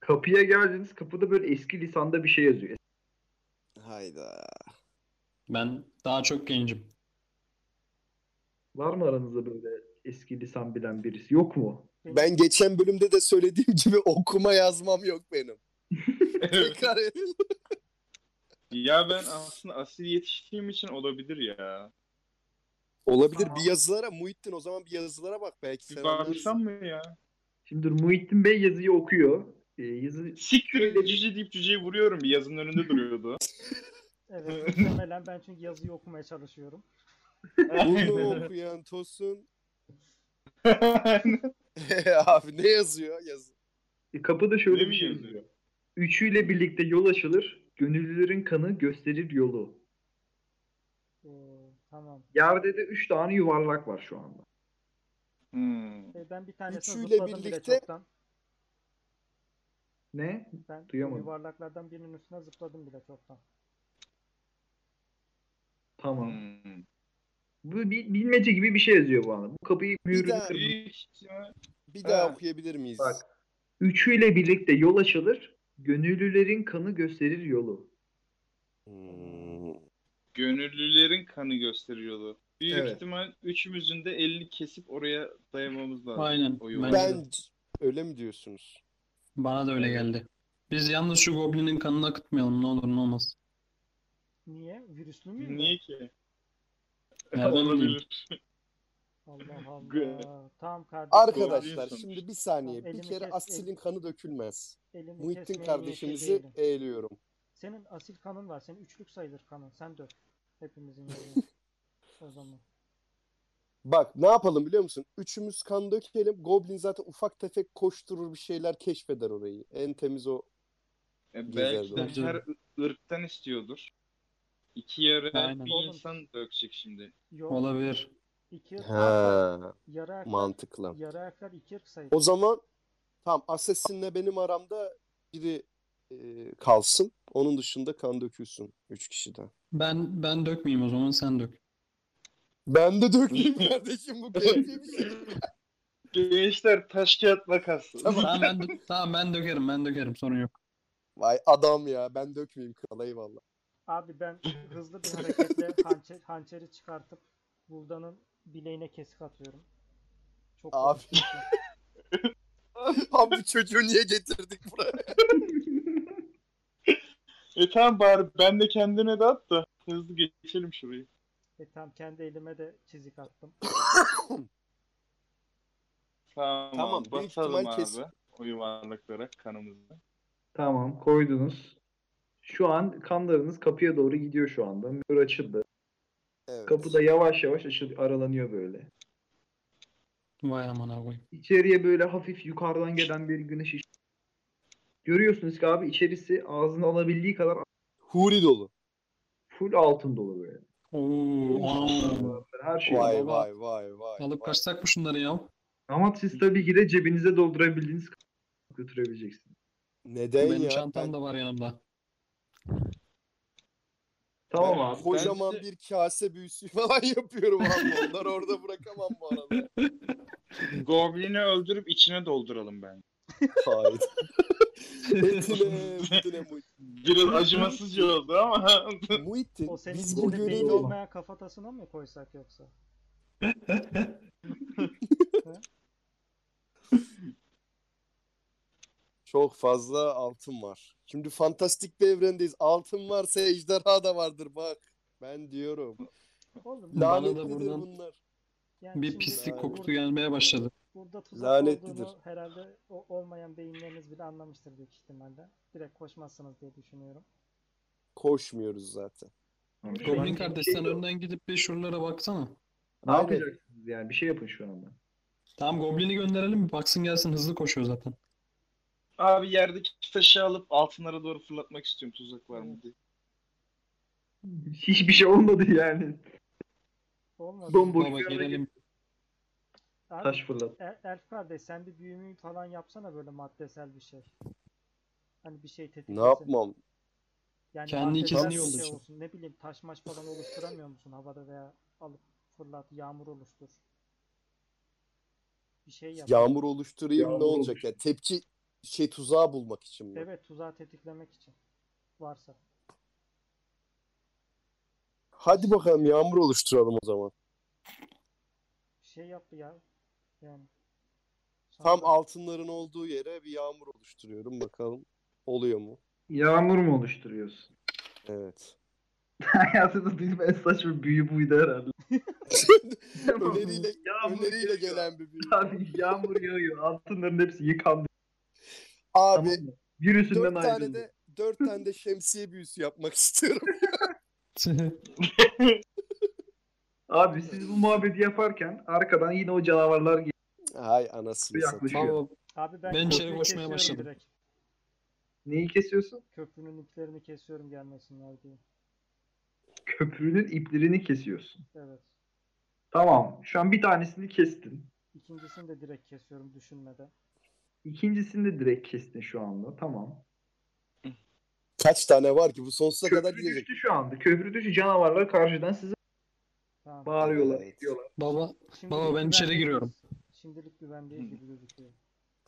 Kapıya geldiniz. Kapıda böyle eski lisanda bir şey yazıyor.
Hayda.
Ben daha çok gencim.
Var mı aranızda böyle eski lisan bilen birisi? Yok mu?
Ben geçen bölümde de söylediğim gibi okuma yazmam yok benim. Tekrar edeyim.
ya ben aslında asil yetiştiğim için olabilir ya.
Olabilir bir yazılara Muhittin o zaman bir yazılara bak belki
Bir
sen anlarsın.
baksam mı ya?
Şimdi Muhittin Bey yazıyı okuyor. Ee, yazı
Siktir et, cüce deyip cüceyi vuruyorum. Bir yazının önünde duruyordu.
Evet muhtemelen ben çünkü yazıyı okumaya çalışıyorum.
Bunu okuyan Tosun. Abi ne yazıyor? Yaz.
E, kapıda şöyle
Ne
bir
mi
şey
yazıyor?
yazıyor. Üçüyle birlikte yol açılır, gönüllülerin kanı gösterir yolu.
Ee, tamam.
Yerde de üç tane yuvarlak var şu anda.
Hmm.
Ee, ben bir tanesini
Üçüyle
zıpladım bile
birlikte-
çoktan.
Ne?
Ben bu
Duyamadım.
yuvarlaklardan birinin üstüne zıpladım bile çoktan.
Tamam.
Hmm.
Bu bir bilmece gibi bir şey yazıyor bu anda. Bu kapıyı mühürünü
daha-
kırmış.
Büyük ihtimal-
Bir daha
Ha.
okuyabilir miyiz?
Bak. Üçüyle birlikte yol açılır, gönüllülerin kanı gösterir yolu.
Hmm.
Gönüllülerin kanı gösteriyordu. Büyük
Evet.
ihtimal üçümüzün de elini kesip oraya dayamamız lazım.
Aynen.
O yuvarlak.
Bence de.
Ben Öyle mi diyorsunuz?
Bana da öyle geldi. Biz yalnız şu goblinin kanını akıtmayalım ne olur ne olmaz.
Niye? Virüslü müydü?
Niye ki?
Nereden bileyim?
Olabilir.
Allah
Gö-
Allah. Tamam kardeşim.
Arkadaşlar
Doğru
şimdi bir saniye.
Elimi
Bir kere
kes-
Asil'in kanı dökülmez.
Elimi
Muhittin
kesmeye
kardeşimizi e-
niyetli değilim.
eğliyorum.
şey Senin asil kanın var. Senin üçlük sayılır kanın. Sen dök. Hepimizin yerine. o zaman.
Bak ne yapalım biliyor musun? Üçümüz kan dökelim. Goblin zaten ufak tefek koşturur bir şeyler keşfeder orayı. En temiz o.
E,
Gezer
belki de
dolaşır.
her ı- ırktan istiyordur. İki yarı
Aynen.
bir insan dökecek şimdi.
Yok.
Olabilir.
İki erkek-
Ha,
yarı erkek,
mantıklı.
yarı erkek iki ırk sayılır.
O zaman tamam Assassin'le benim aramda biri e, kalsın. Onun dışında kan dökülsün. Üç kişiden.
Ben ben dökmeyeyim o zaman sen dök.
Ben de dökeyim kardeşim bu keyfi bir şey.
Gençler taş kağıt makas.
Tamam ben dö- tamam ben dökerim ben dökerim sorun yok.
Vay adam ya ben dökmeyeyim kalayı valla.
Abi ben hızlı bir hareketle hançer, hançeri çıkartıp Buldan'ın bileğine kesik atıyorum. Çok şey.
Abi.
korkunç.
Abi bu çocuğu niye getirdik buraya?
E tamam bari ben de kendine de at da hızlı geçelim şurayı.
E tam kendi elime de çizik attım.
Tamam,
Tamam,
abi,
büyük
basalım
ihtimal
abi
kesin.
o yuvarlaklara kanımızı.
Tamam koydunuz. Şu an kanlarınız kapıya doğru gidiyor şu anda. Mür açıldı.
Evet.
Kapı da yavaş yavaş açıl aralanıyor böyle.
Vay amına koyayım.
İçeriye böyle hafif yukarıdan gelen bir güneş ışığı. Görüyorsunuz ki abi içerisi ağzına alabildiği kadar
Huri dolu.
full altın dolu böyle.
Oo, anam.
Her şey var.
Vay
baba.
vay vay vay.
Alıp
vay.
kaçsak mı şunları ya?
Ama siz tabii ki de cebinize doldurabildiğiniz kadar götürebileceksiniz.
Neden
Benim
ya?
çantam
Ben-
da var yanımda.
Tamam
ben
abi.
Kocaman
Bence-
bir kase büyüsü falan yapıyorum abi. Onları orada bırakamam bu arada.
Goblin'i öldürüp içine dolduralım ben.
Hayır. Etine, bütüne Muhittin.
Biraz acımasızca oldu ama.
Muhittin
O senin
E, biz bu
içinde beyin
görevi...
olmayan kafatasına mı koysak yoksa?
Çok fazla altın var. Şimdi fantastik bir evrendeyiz. Altın varsa ejderha da vardır bak. Ben diyorum.
Oğlum
Bana da
Lanetlidir
buradan-
bunlar.
yani
Bir
şimdi
pislik
Aynen.
kokusu
burada-
gelmeye başladı.
Burada tuzak
Lanetlidir.
olduğunu herhalde o olmayan beyinleriniz bile anlamıştır büyük ihtimalle. Direkt koşmazsınız diye düşünüyorum.
Koşmuyoruz zaten.
Tamam, şu an
Goblin
bir
kardeş
şey
sen
yok.
önden gidip bir şuralara baksana.
Ne
Aynen.
yapacaksınız yani? Bir şey yapın şu anda.
Tamam Goblin'i gönderelim bir baksın gelsin hızlı koşuyor zaten.
Abi yerdeki taşı alıp altınlara doğru fırlatmak istiyorum tuzak var mı diye.
Hiçbir şey olmadı yani.
Olmadı.
Bomboş
Baba
bir yere
gelelim.
Abi,
taş fırlat.
Er- Elf kardeş sen bir büyümü falan yapsana böyle maddesel bir şey. Hani bir şey tetiklesin.
Ne yapmam?
Yani
Kendi
maddesel
ikizini
bir şey
yollasın.
olsun. Ne bileyim taş maş falan oluşturamıyor musun havada veya alıp fırlat yağmur oluştur. Bir şey yap.
Yağmur oluşturayım
Yağmur
ne olacak ya? Tepçi şey tuzağı bulmak için mi?
Evet tuzağı tetiklemek için. Varsa.
Hadi bakalım yağmur oluşturalım o zaman.
Bir şey yap ya. Yani.
Tam
Sonra-
altınların olduğu yere bir yağmur oluşturuyorum bakalım oluyor mu?
Yağmur mu oluşturuyorsun?
Evet.
Hayatımda duyduğum en saçma büyü buydu herhalde.
Öneriyle-
Yağmur
Öneriyle
yağıyor.
gelen bir büyü.
Abi yağmur yağıyor. Altınların hepsi yıkandı.
Abi
Tamam mı? Virüsünden
dört tane
ayrıldı.
de dört tane de şemsiye büyüsü yapmak istiyorum.
Abi siz bu muhabbeti yaparken arkadan yine o canavarlar geliyor.
Hay anasını satayım.
Yaklaşıyor.
Baba
Abi ben
Ben içeri
köprüyü
koşmaya
kesiyorum
başladım.
direkt.
Neyi kesiyorsun?
Köprünün iplerini kesiyorum gelmesinler diye.
Köprünün iplerini kesiyorsun.
Evet.
Tamam. Şu an bir tanesini kestin.
İkincisini de direkt kesiyorum düşünmeden.
İkincisini de direkt kestin şu anda. Tamam.
Kaç tane var ki bu sonsuza kadar
Köprü
gidecek.
düştü şu anda. Köprü düştü canavarlar karşıdan size
Tamam.
bağırıyorlar.
Evet.
diyorlar.
baba
Şimdilik
baba ben içeri
güvendeyiz.
giriyorum.
Şimdilik güvendeyiz gibi gözüküyor.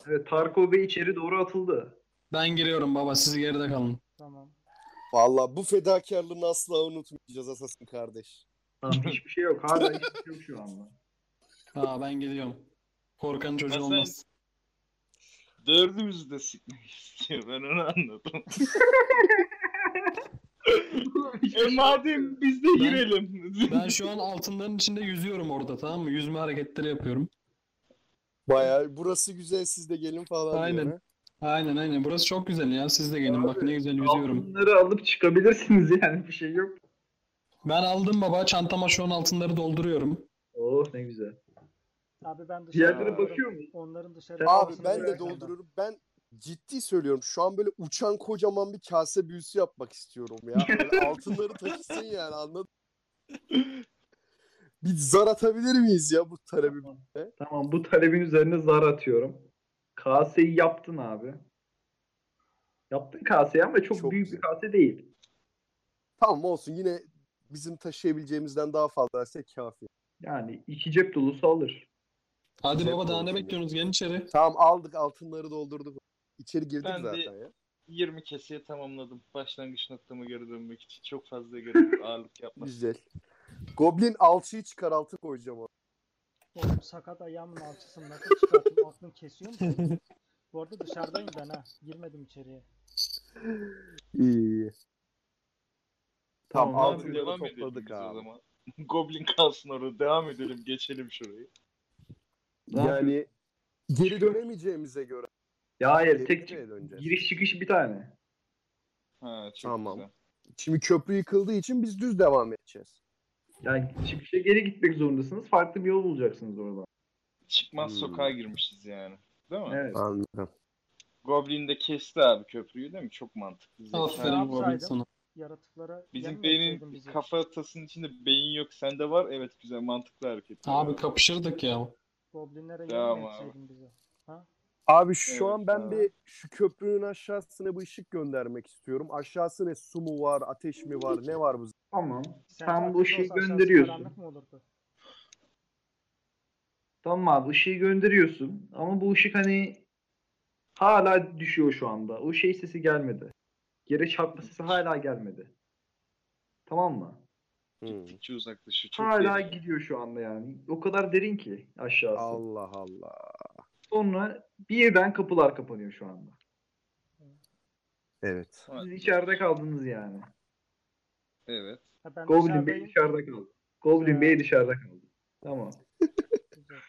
Evet Tarkov Bey içeri doğru atıldı.
Ben giriyorum baba siz geride kalın.
Tamam.
Valla bu fedakarlığını asla unutmayacağız Assassin kardeş.
Tamam hiçbir şey yok. Hala hiçbir şey yok şu anda.
Aa ben gidiyorum. Korkan çocuğu
Nasıl?
olmaz.
Dördümüzü de sikmek istiyor. Ben onu anladım. e madem biz de girelim.
Ben şu an altınların içinde yüzüyorum orada tamam mı? Yüzme hareketleri yapıyorum.
Bayağı burası güzel siz de gelin falan
Aynen.
diyor ha.
Aynen aynen. Burası çok güzel ya. Siz de gelin. Bak ne güzel yüzüyorum.
Altınları alıp çıkabilirsiniz yani bir şey yok.
Ben aldım baba. Çantama şu an altınları dolduruyorum.
Oh ne güzel.
Abi ben dışarı
Diğerlere
bakıyorum.
bakıyor muyuz?
Onların dışarı
Abi
Abi
bakmasını
ben de
bırakın
dolduruyorum. Ben ciddi söylüyorum. Şu an böyle uçan kocaman bir kase büyüsü yapmak istiyorum ya. Böyle altınları taşısın yani anladın Bir zar atabilir miyiz ya bu talebi?
Tamam bu talebin üzerine zar atıyorum. Kaseyi yaptın abi. Yaptın kaseyi ama çok,
Çok
büyük
güzel.
bir kase değil.
Tamam olsun yine bizim taşıyabileceğimizden daha fazla ise kafi.
Yani iki cep dolusu alır.
Hadi
Güzel
baba daha ne
olsun ya.
bekliyorsunuz? Gelin içeri.
Tamam aldık altınları doldurduk. İçeri girdik
Ben de-
zaten ya.
20 keseye tamamladım. Başlangıç noktama geri dönmek için. Çok fazla gerek yok, ağırlık yapmak.
Güzel. Goblin alçıyı çıkar altı koyacağım ona.
Oğlum sakat ayağımın alçısından çıkarttım. Aklım kesiyor mu? Bu arada dışarıdayım ben ha. Girmedim içeriye.
İyi iyi. Tamam,
Tamam,
Abi,
altınları
devam edelim
topladık
biz o
abi.
zaman. Goblin kalsın orada. Devam edelim. Geçelim şurayı.
Yani geri dönemeyeceğimize göre.
Ya hayır
geri
tek
nereye döneceğiz?
giriş çıkış bir tane.
Ha, çok
Tamam.
güzel.
Şimdi köprü yıkıldığı için biz düz devam edeceğiz.
Yani çıkışa geri gitmek zorundasınız. Farklı bir yol bulacaksınız orada.
Çıkmaz
Hmm.
sokağa girmişiz yani. Değil mi?
Evet.
Anladım.
Goblin de kesti abi köprüyü değil mi? Çok mantıklı. zeka.
Aferin Goblin
yapsaydım?
sana.
Yaratıklara
Bizim
yenmeyecektin
beynin
bizi.
kafa tasının içinde beyin yok. Sende var. Evet güzel mantıklı hareket.
Abi kapışırdık ya.
Goblinlere
Tamam
yenmeyecektin bizi.
Abi şu
Evet,
an ben
ha.
bir şu köprünün aşağısına bir ışık göndermek istiyorum. Aşağısı ne? Su mu var? Ateş mi var? Ne var bu?
Tamam.
Sence
Sen bu
ateş
şeyi
olsa aşağısı
gönderiyorsun.
karanlık mı olurdu?
Tamam abi ışığı gönderiyorsun. Ama bu ışık hani hala düşüyor şu anda. O şey sesi gelmedi. Yere çarpma sesi hala gelmedi. Tamam mı?
Hmm.
Gittikçe uzaklaşıyor. Çok
Hala
tehlikeli.
gidiyor şu anda yani. O kadar derin ki aşağısı.
Allah Allah.
Sonra birden kapılar kapanıyor şu anda.
Evet.
Siz
Evet.
içeride kaldınız yani.
Evet.
Ha, ben
Goblin Bey
dışarıdayım.
dışarıda kaldı. Goblin
Ha.
Bey dışarıda kaldı. Tamam.
Güzel.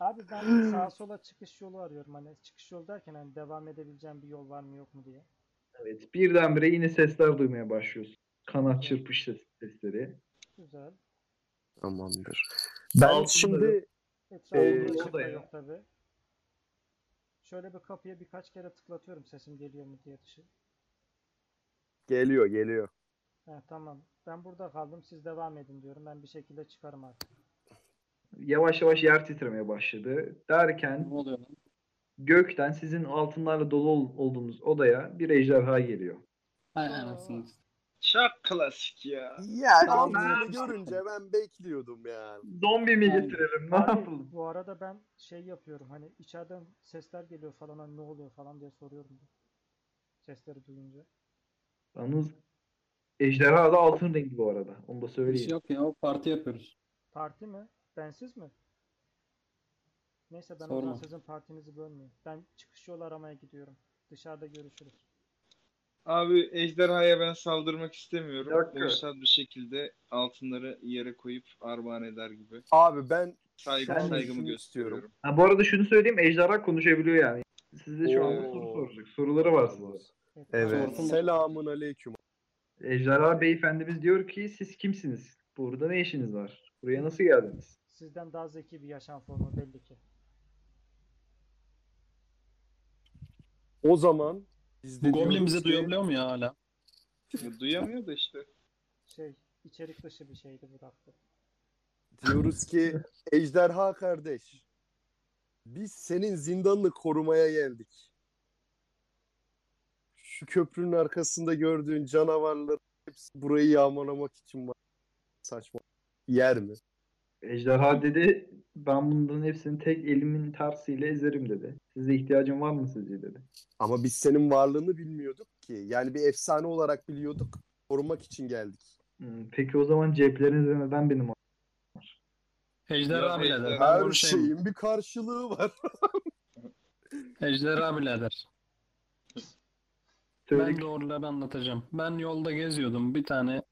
Abi ben sağa sola çıkış yolu arıyorum. Hani çıkış yolu derken hani devam edebileceğim bir yol var mı yok mu diye.
Evet. Birdenbire yine sesler duymaya başlıyorsun. Kanat çırpış ses- sesleri.
Güzel.
Tamamdır. Ben
Altınları-
şimdi
Etrafında
Ee,
ışık da
odaya.
yok tabi. Şöyle bir kapıya birkaç kere tıklatıyorum sesim geliyor mu diye dışı.
geliyor geliyor.
He, tamam. Ben burada kaldım siz devam edin diyorum. Ben bir şekilde çıkarım artık.
Yavaş yavaş yer titremeye başladı.
Ne
Derken
oluyor lan?
gökten sizin altınlarla dolu ol- olduğunuz odaya bir ejderha geliyor.
Hay anasını.
Çok klasik ya.
Yani
Tamam.
altını görünce ben bekliyordum yani.
Zombi mi
Aynen.
getirelim? Ne
Abi,
yapalım?
bu arada ben şey yapıyorum hani içeriden sesler geliyor falan hani ne oluyor falan diye soruyorum. Sesleri duyunca.
Yalnız ejderha da altın rengi bu arada. Onu da
Bir şey
söyleyeyim.
yok ya. Parti yapıyoruz.
Parti mi? Bensiz mi? Neyse ben o
Sorma.
zaman sizin partinizi bölmeyeyim. Ben çıkış yolu aramaya gidiyorum. Dışarıda görüşürüz.
Abi ejderhaya ben saldırmak
Bir
istemiyorum.
dakika.
Uysal bir şekilde altınları yere koyup armağan eder gibi.
Abi ben
Saygı,
Sen
saygımı
şunu istiyorum.
gösteriyorum.
Ha, bu arada şunu söyleyeyim. Ejderha konuşabiliyor yani. Size şu anda
Oo.
soru soracak. Soruları var size.
Evet.
Sordum.
Selamun aleyküm.
Ejderha beyefendimiz diyor ki siz kimsiniz? Burada ne işiniz var? Buraya nasıl geldiniz?
Sizden daha zeki bir yaşam formu belli ki.
O zaman biz
Bu
de
Goblin
diyoruz
bizi
ki-
duyabiliyor mu ya hala?
Ya Duyamıyor da işte.
Şey, içerik dışı bir şeydi bu hafta.
Diyoruz ki ejderha kardeş biz senin zindanını korumaya geldik. Şu köprünün arkasında gördüğün canavarlar hepsi burayı yağmalamak için var. Saçma. Yer mi?
Ejderha dedi ben bunların hepsini tek elimin tersiyle ezerim dedi. Size ihtiyacım var mı sizce dedi.
Ama biz senin varlığını bilmiyorduk ki. Yani bir efsane olarak biliyorduk. Korumak için geldik.
Hmm, peki o zaman ceplerinize neden benim
Ejderha
Ya
birader.
ejderha
Ben şey-
Her
konuşayım.
şeyin bir karşılığı var.
Ejderha birader.
Söyle
Ben de orada ben anlatacağım. Ben yolda geziyordum. Bir tane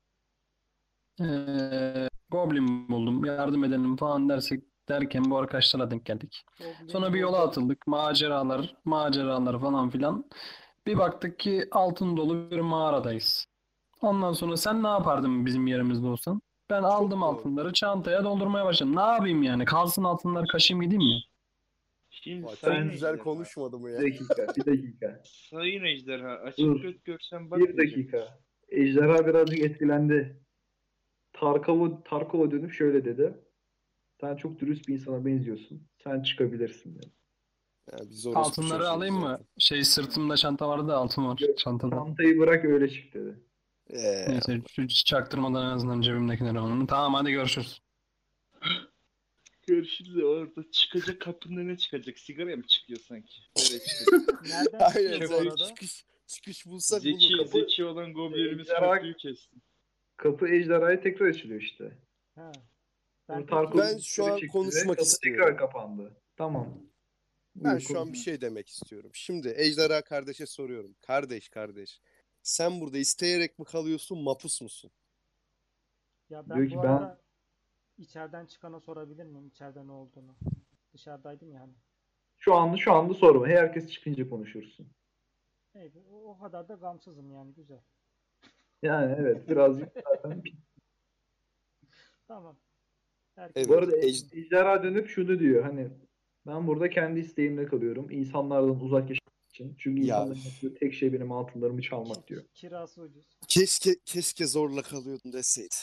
eee, goblin buldum. Yardım edelim falan dersek derken bu arkadaşlara denk geldik. Sonra bir yola atıldık. Maceralar, maceralar falan filan. Bir baktık ki altın dolu bir mağaradayız. Ondan sonra sen ne yapardın bizim yerimizde olsan? Ben aldım
doğru.
altınları çantaya doldurmaya başladım. Ne yapayım yani? Kalsın altınlar kaşıyım gideyim mi?
Şimdi
Vay,
şey
sen
sayın
güzel
ejderha.
konuşmadı mı ya?
bir dakika, bir dakika.
Sayın ejderha açık
Dur.
göt görsen bak.
Bir dakika. Ejderha birazcık etkilendi. Tarkova, Tarkova dönüp şöyle dedi. Sen çok dürüst bir insana benziyorsun. Sen çıkabilirsin dedi.
Ya biz orospu
Altınları
çocuğuyuz
alayım mı?
zaten.
Şey sırtımda çanta vardı da altın var
Yok,
çantada.
Çantayı bırak öyle çık dedi.
Şey
Ee,
Neyse şu çaktırmadan en azından cebimdekileri alalım. Tamam hadi görüşürüz.
Görüşürüz orada çıkacak kapının ne çıkacak? Sigara mı çıkıyor sanki? Evet.
Nereden
Aynen
çıkıyor bu
sen
arada?
çıkış, çıkış bulsak
zeki,
buluruz.
zeki olan goblerimiz
Ejderha-
kapıyı kesti.
Kapı ejderhaya tekrar açılıyor işte.
Ha.
Ben,
peki-
Ben şu an konuşmak istiyorum.
Tekrar kapandı. Tamam.
Ben
Buyur,
şu an
konuş.
bir şey demek istiyorum. Şimdi Ejderha kardeşe soruyorum. Kardeş kardeş. Sen burada isteyerek mi kalıyorsun, mapus musun?
Ya ben
Diyor ki
bu
ben-
arada içeriden çıkana sorabilir miyim içeride ne olduğunu? Dışarıdaydım hani. yani.
Şu anda şu anda sorma. Herkes çıkınca konuşursun.
Neydi? O, o kadar da gamsızım yani güzel.
Yani evet birazcık zaten.
Tamam.
Evet.
Bu arada
ej-
ejderha dönüp şunu diyor hani ben burada kendi isteğimle kalıyorum. İnsanlardan uzak yaşamak için. Çünkü
Ya
insanların
üf.
yaptığı tek şey benim altınlarımı çalmak diyor.
Kirası ucuz.
Keşke keşke zorla kalıyordun deseydi.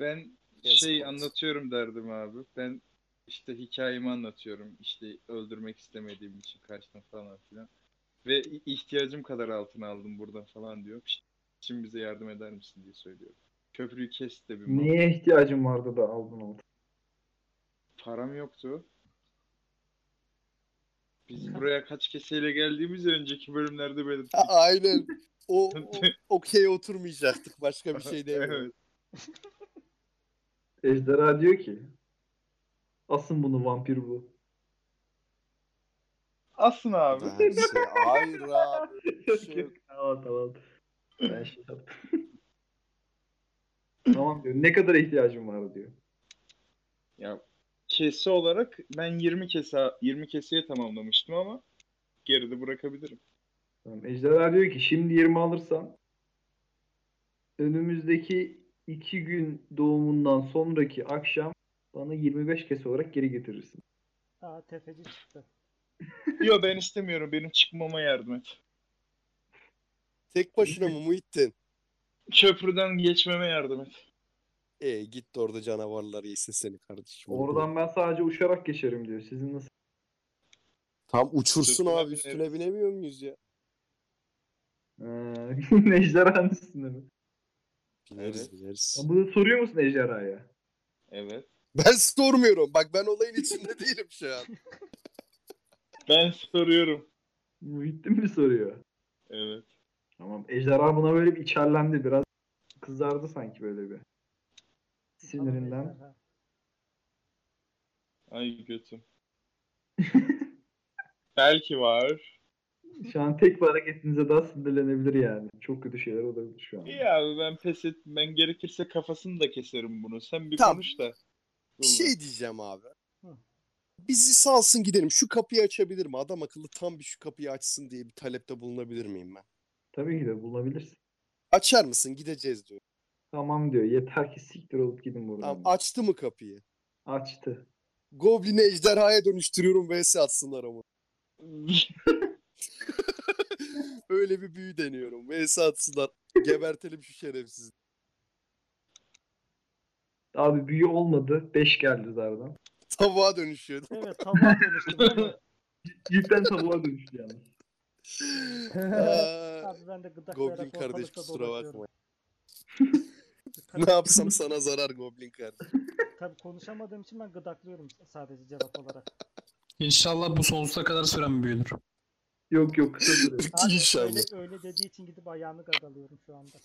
Ben
Yazık
şey
oldu.
anlatıyorum derdim abi. Ben işte hikayemi anlatıyorum. İşte öldürmek istemediğim için kaçtım falan filan. Ve i- ihtiyacım kadar altın aldım buradan falan diyor. "Şşt, Şimdi bize yardım eder misin diye söylüyorum. Köprüyü kes de bir mal.
Neye ihtiyacım vardı da aldın altın?
Param yoktu. Biz buraya kaç keseyle geldiğimiz önceki bölümlerde şey belirttik.
A- Aynen. O, o okey oturmayacaktık. Başka bir şey demiyorum.
Evet.
Ejderha diyor ki asın bunu vampir bu.
Asın abi.
Daha bir şey- Hayır abi. bir şey yok.
tamam tamam. Ben şey yaptım. tamam diyor. Ne kadar ihtiyacım var diyor.
Ya kese olarak ben 20 kese 20 keseye tamamlamıştım ama geride bırakabilirim.
Tamam. Ejderha diyor ki şimdi 20 alırsan önümüzdeki 2 gün doğumundan sonraki akşam bana 25 kese olarak geri getirirsin.
Aa tefeci çıktı.
Yo ben istemiyorum. Benim çıkmama yardım et.
Tek başına mı Muhittin?
Köprüden geçmeme yardım et.
E git de orada canavarlar yesin seni kardeşim.
Oradan ben sadece uçarak geçerim diyor. Sizin nasıl?
Tam uçursun
Üstüne
abi
biner.
üstüne binemiyor muyuz ya?
Ee, ejderhanın üstünde mi?
Bineriz
Evet.
bineriz.
Bunu soruyor musun ejderhaya?
Evet.
Ben sormuyorum. Bak ben olayın içinde değilim şu an.
Ben soruyorum.
Muhittin mi soruyor?
Evet.
Tamam. Ejderha buna böyle bir içerlendi. Biraz kızardı sanki böyle bir.
Tamam,
Sinirinden.
ejderha.
Ay götüm. Belki var.
Şu an tek bir hareketinize daha sinirlenebilir yani. Çok kötü şeyler olabilir şu an.
İyi abi ben pes et. Ben gerekirse kafasını da keserim bunu. Sen bir
Tamam.
konuş da.
Bir şey diyeceğim abi.
Hı.
Bizi salsın gidelim. Şu kapıyı açabilir mi? Adam akıllı tam bir şu kapıyı açsın diye bir talepte bulunabilir miyim ben?
Tabii ki de bulabilirsin.
Açar mısın? Gideceğiz diyor.
Tamam diyor. Yeter ki siktir olup gidin buradan.
Tamam açtı mı kapıyı?
Açtı.
Goblin'i ejderhaya dönüştürüyorum vs atsınlar ama. Öyle bir büyü deniyorum. Vs atsınlar. Gebertelim şu şerefsizi.
Abi büyü olmadı. 5 geldi zardan.
Tavuğa dönüşüyor.
Evet tabağa dönüştüm. değil mi?
Cidden tavuğa dönüştü yani.
Aa,
Abi ben de gıdak
Goblin
vererek
kardeş
ortalıkta
kusura
dolaşıyorum.
bakma.
Tabii-
Ne yapsam sana zarar Goblin kardeş.
Tabii konuşamadığım için ben gıdaklıyorum sadece cevap olarak.
İnşallah bu sonsuza kadar süren bir büyüdür.
Yok yok kısa sürüyor.
Abi
İnşallah.
öyle, öyle dediği için gidip ayağını gagalıyorum şu anda.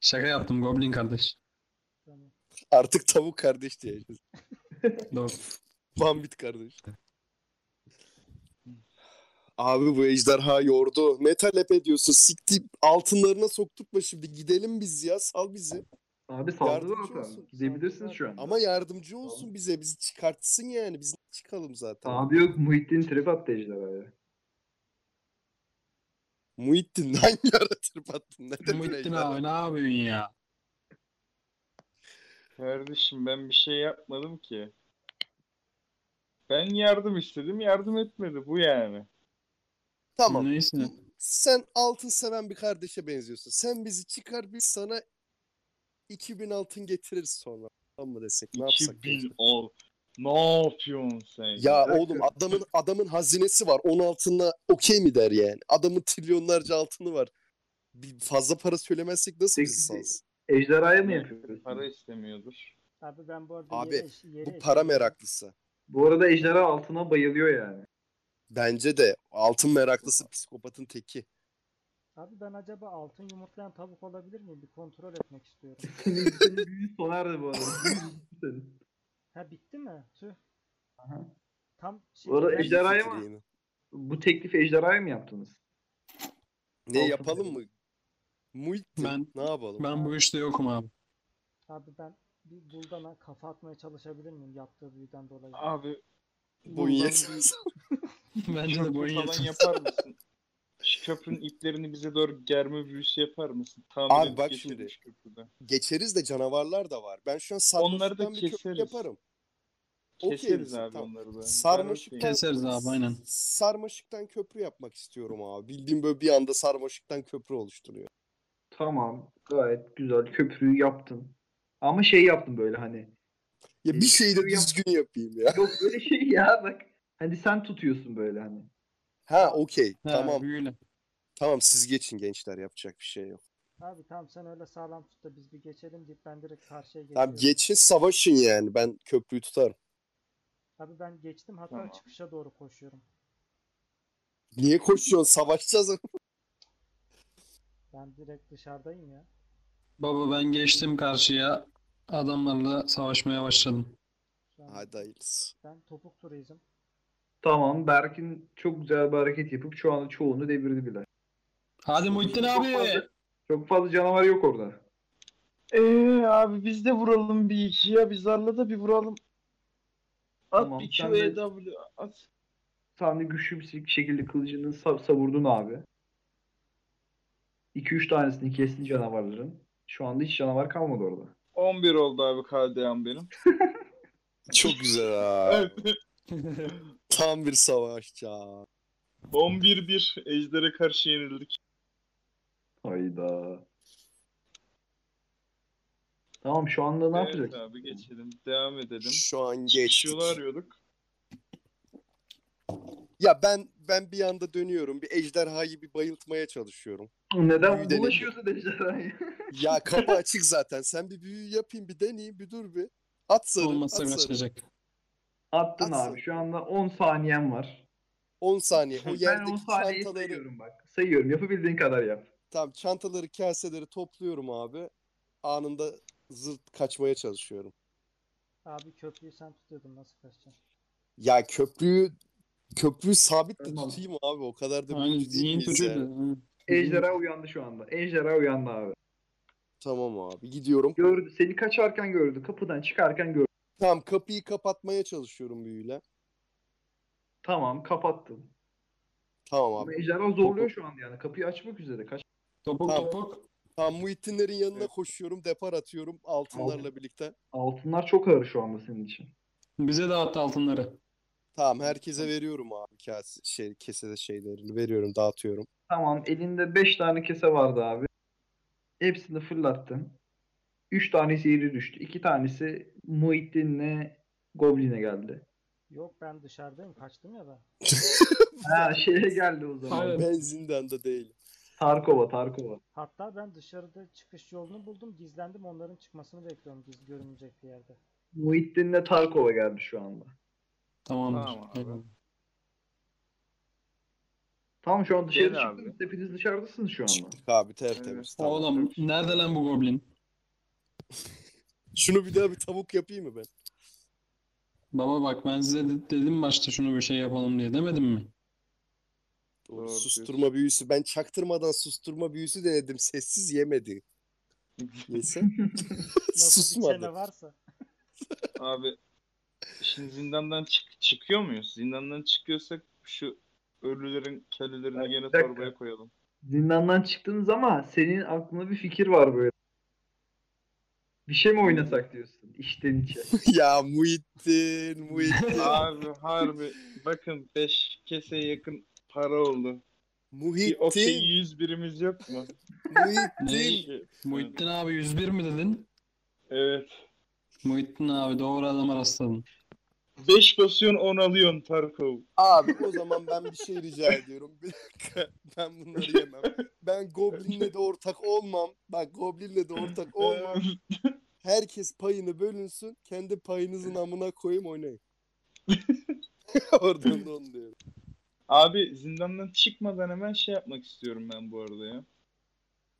Şaka yaptım Goblin kardeş.
Yani
Artık tavuk kardeş diye.
Doğru.
Bambit kardeş. Abi bu ejderha yordu. Ne talep ediyorsun? Sikti altınlarına sokturtma şimdi. Gidelim biz ya. Sal bizi.
Abi saldı
Yardımcı
zaten.
olsun.
Gidebilirsiniz şu an.
Ama yardımcı olsun bize. Bizi çıkartsın yani. Biz çıkalım zaten.
Abi yok Muhittin trip attı ejderhaya.
Muhittin hangi yaratır battın? Ne demek
Muhittin
ejderha?
abi ne yapıyorsun ya?
Kardeşim ben bir şey yapmadım ki. Ben yardım istedim, yardım etmedi. Bu yani.
Tamam.
Neyse.
Sen altın seven bir kardeşe benziyorsun. Sen bizi çıkar biz sana 2000 altın getiririz sonra. Tamam mı desek? Ne yapsak?
2000 ol. Ne yapıyorsun sen?
Ya oğlum adamın adamın hazinesi var. 10 altınla okey mi der yani? Adamın trilyonlarca altını var. Bir fazla para söylemezsek nasıl
Peki,
bizi salsın?
Ejderhaya mı
Yani
yapıyoruz?
Para istemiyordur.
Abi ben bu arada
Abi,
yere eş- yere
Bu para
eşit-
meraklısı.
Bu arada ejderha altına bayılıyor yani.
Bence de altın meraklısı psikopatın teki.
Abi ben acaba altın yumurtlayan tavuk olabilir miyim? Bir kontrol etmek istiyorum.
Senin senin büyüğün sonardı bu arada. Senin.
Ha bitti mi? Tüh.
Aha.
Tam
Bu arada
ben-
ejderha- Ejderhaya mı?
Fikriyini.
Bu teklifi ejderhaya mı yaptınız?
Ne
Altın
yapalım mı?
meraklısı.
Muhittin
Ben-
ne yapalım?
Ben bu işte yokum abi.
Abi ben bir buldana kafa atmaya çalışabilir miyim yaptığı büyüden dolayı?
Abi
Boyun yetmez.
Bence de boyun
köprü falan
yetmez.
yapar mısın? Şu köprünün iplerini bize doğru germe büyüsü yapar mısın? Tamir
Abi
edip
bak
geçelim şu köprüden.
Geçeriz de canavarlar da var. Ben şu an
Onları da
sarmaşıktan bir köprü
keseriz.
yaparım. Okey
Keseriz
misin?
abi
Tamam.
onları da.
Sarmaşıktan
Ben okeyim.
Keseriz abi, aynen.
Sarmaşıktan köprü yapmak istiyorum abi. Bildiğim böyle bir anda sarmaşıktan köprü oluşturuyor.
Tamam. Gayet güzel. Köprüyü yaptın. Ama şey yaptın böyle hani.
Ya bir şeyi de
Yap-
düzgün yapayım ya.
Yok böyle şey ya bak. Hani sen tutuyorsun böyle hani.
Ha okey.
Ha,
Tamam.
Büyüyle.
Tamam siz geçin gençler yapacak bir şey yok.
Abi tamam sen öyle sağlam tut da biz bir geçelim deyip ben direkt karşıya geçiyorum.
Tamam geçin savaşın yani. Ben köprüyü tutarım.
Abi ben geçtim hatta
Tamam.
çıkışa doğru koşuyorum.
Niye koşuyorsun? Savaşacağız.
Ben direkt dışarıdayım ya.
Baba ben geçtim karşıya. Adamlarla savaşmaya başladım.
Şu an
Hadi hayırlısı.
Ben topuk turizm.
Tamam Berk'in çok güzel bir hareket yapıp şu anda çoğunu devirdi bile.
Hadi Muhittin abi.
Çok fazla, çok fazla canavar yok orada.
Eee Ee, abi biz de vuralım bir iki ya. Biz Arla da bir vuralım. At
Tamam,
bir
sen de-
QEW at.
Sen de güçlü bir şekilde kılıcını sa- savurdun abi. 2-3 tanesini kestin canavarların. Şu anda hiç canavar kalmadı orada.
11 oldu abi KDA'm benim.
Çok güzel ha. Tam bir savaşçı. ha.
11-1 Ejder'e karşı yenildik.
Hayda. Tamam şu anda ne
evet
yapacak?
abi geçelim. Devam edelim.
Şu an
Geçtik.
geçtik.
arıyorduk.
Ya ben ben bir anda dönüyorum. Bir ejderhayı bir bayıltmaya çalışıyorum.
Neden
Büyü denedi.
bulaşıyorsun ejderhaya?
Ya kapı açık zaten. Sen bir büyü yapayım bir deneyeyim bir dur bir. At sarı.
Olmazsa
at sarı.
kaçacak.
Attın
Atsın.
abi. Şu anda 10 saniyen var.
10 saniye. O
ben 10
yerdeki
saniyeyi
çantaları
sayıyorum bak. Sayıyorum. Yapabildiğin kadar yap.
Tamam çantaları kaseleri topluyorum abi. Anında zırt kaçmaya çalışıyorum.
Abi köprüyü sen tutuyordun nasıl kaçacaksın?
Ya köprüyü köprüyü sabit de
Tamam.
tutayım abi o kadar da
Aynen
büyük değil
zihin
miyiz yani?
tutuyordu. Hı.
Ejderha uyandı şu anda. Ejderha uyandı abi.
Tamam abi gidiyorum.
Gördü. Seni kaçarken gördü. Kapıdan çıkarken gördü.
Tamam kapıyı kapatmaya çalışıyorum büyüyle.
Tamam kapattım.
Tamam
Ama
abi.
ejderha zorluyor şu anda yani. Kapıyı açmak üzere. Kaç
Topuk
Tamam.
topuk.
Tamam Muhittinlerin yanına
Evet.
koşuyorum depar atıyorum altınlarla
Altın.
birlikte.
Altınlar çok ağır şu anda senin için.
Bize dağıttı altınları.
Tamam herkese veriyorum abi kase, şey, kesede şeylerini veriyorum dağıtıyorum.
Tamam elinde 5 tane kese vardı abi. Hepsini fırlattın. 3 tanesi yere düştü. 2 tanesi Muhittin'le Goblin'e geldi.
Yok ben dışarıdayım kaçtım ya ben.
Ha şeye geldi o zaman.
Aynen.
Benzinden de değil.
Tarkova, Tarkova.
Hatta ben dışarıda çıkış yolunu buldum gizlendim onların çıkmasını bekliyorum gizli görünmeyecek bir yerde.
Muhittin'le Tarkova geldi şu anda.
Tamamdır.
Tamam abi.
Eyvallah.
Tamam şu an dışarı
Gel abi.
çıktınız. Hepiniz dışarıdasınız şu anda.
Çıktık abi tertemiz.
Evet.
Tamam.
Oğlum nerede lan bu goblin?
Şunu bir daha bir tavuk yapayım mı ben?
Baba bak ben size de- dedim başta şunu bir şey yapalım diye demedim mi?
Doğru,
Doğru
susturma
diyorsun.
büyüsü. Ben çaktırmadan susturma büyüsü denedim. Sessiz yemedi. Neyse.
Nasıl bir
Susmadı.
çene varsa.
Abi şimdi zindandan çık çıkıyor muyuz? Zindandan çıkıyorsak şu ölülerin kellelerini
Ay,
gene
bir dakika.
torbaya koyalım.
Zindandan çıktınız ama senin aklında bir fikir var böyle. Bir şey mi oynasak diyorsun içten içe.
ya Muhittin, Muhittin.
Abi harbi bakın 5 keseye yakın para oldu. Bir okey
Muhittin,
100 birimiz yok mu?
Muhittin.
Değil.
Muhittin abi 101 mi dedin?
Evet.
Muhittin abi doğru adama rastladın.
5 basıyorsun 10 alıyorsun Tarkov.
Abi o zaman ben bir şey rica ediyorum. Bir dakika. Ben bunları yemem. Ben Goblin'le de ortak olmam. Bak Goblin'le de ortak olmam. Herkes payını bölünsün. Kendi payınızın amına koyayım oynayın. Oradan da onu diyorum.
Abi zindandan çıkmadan hemen şey yapmak istiyorum ben bu arada ya.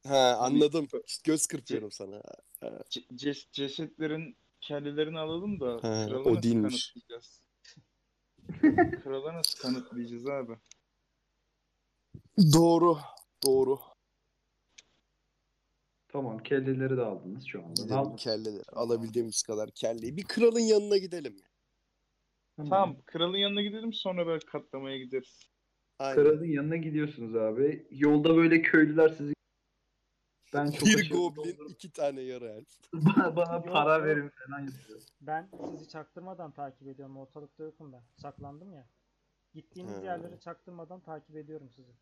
Ha anladım. Göz kırpıyorum sana.
Ce- ces- cesetlerin kellelerini alalım da
He,
krala
o
nasıl
değilmiş.
kanıtlayacağız? krala nasıl kanıtlayacağız abi?
Doğru. Doğru.
tamam kelleleri de aldınız şu anda. Ne
Gidelim
aldınız?
kelleleri. Alabildiğimiz kadar kelleyi. Bir kralın yanına gidelim.
Tamam kralın yanına gidelim sonra böyle katlamaya gideriz.
Aynen.
Kralın yanına gidiyorsunuz abi. Yolda böyle köylüler sizi ben çok
bir
aşırı
goblin,
doldurdum.
iki tane yarı elf.
bana, bana para
Yok.
verin falan yapıyor.
Ben sizi çaktırmadan takip ediyorum. Ortalıkta yokum ben. Saklandım ya. Gittiğiniz
He.
yerleri çaktırmadan takip ediyorum sizi.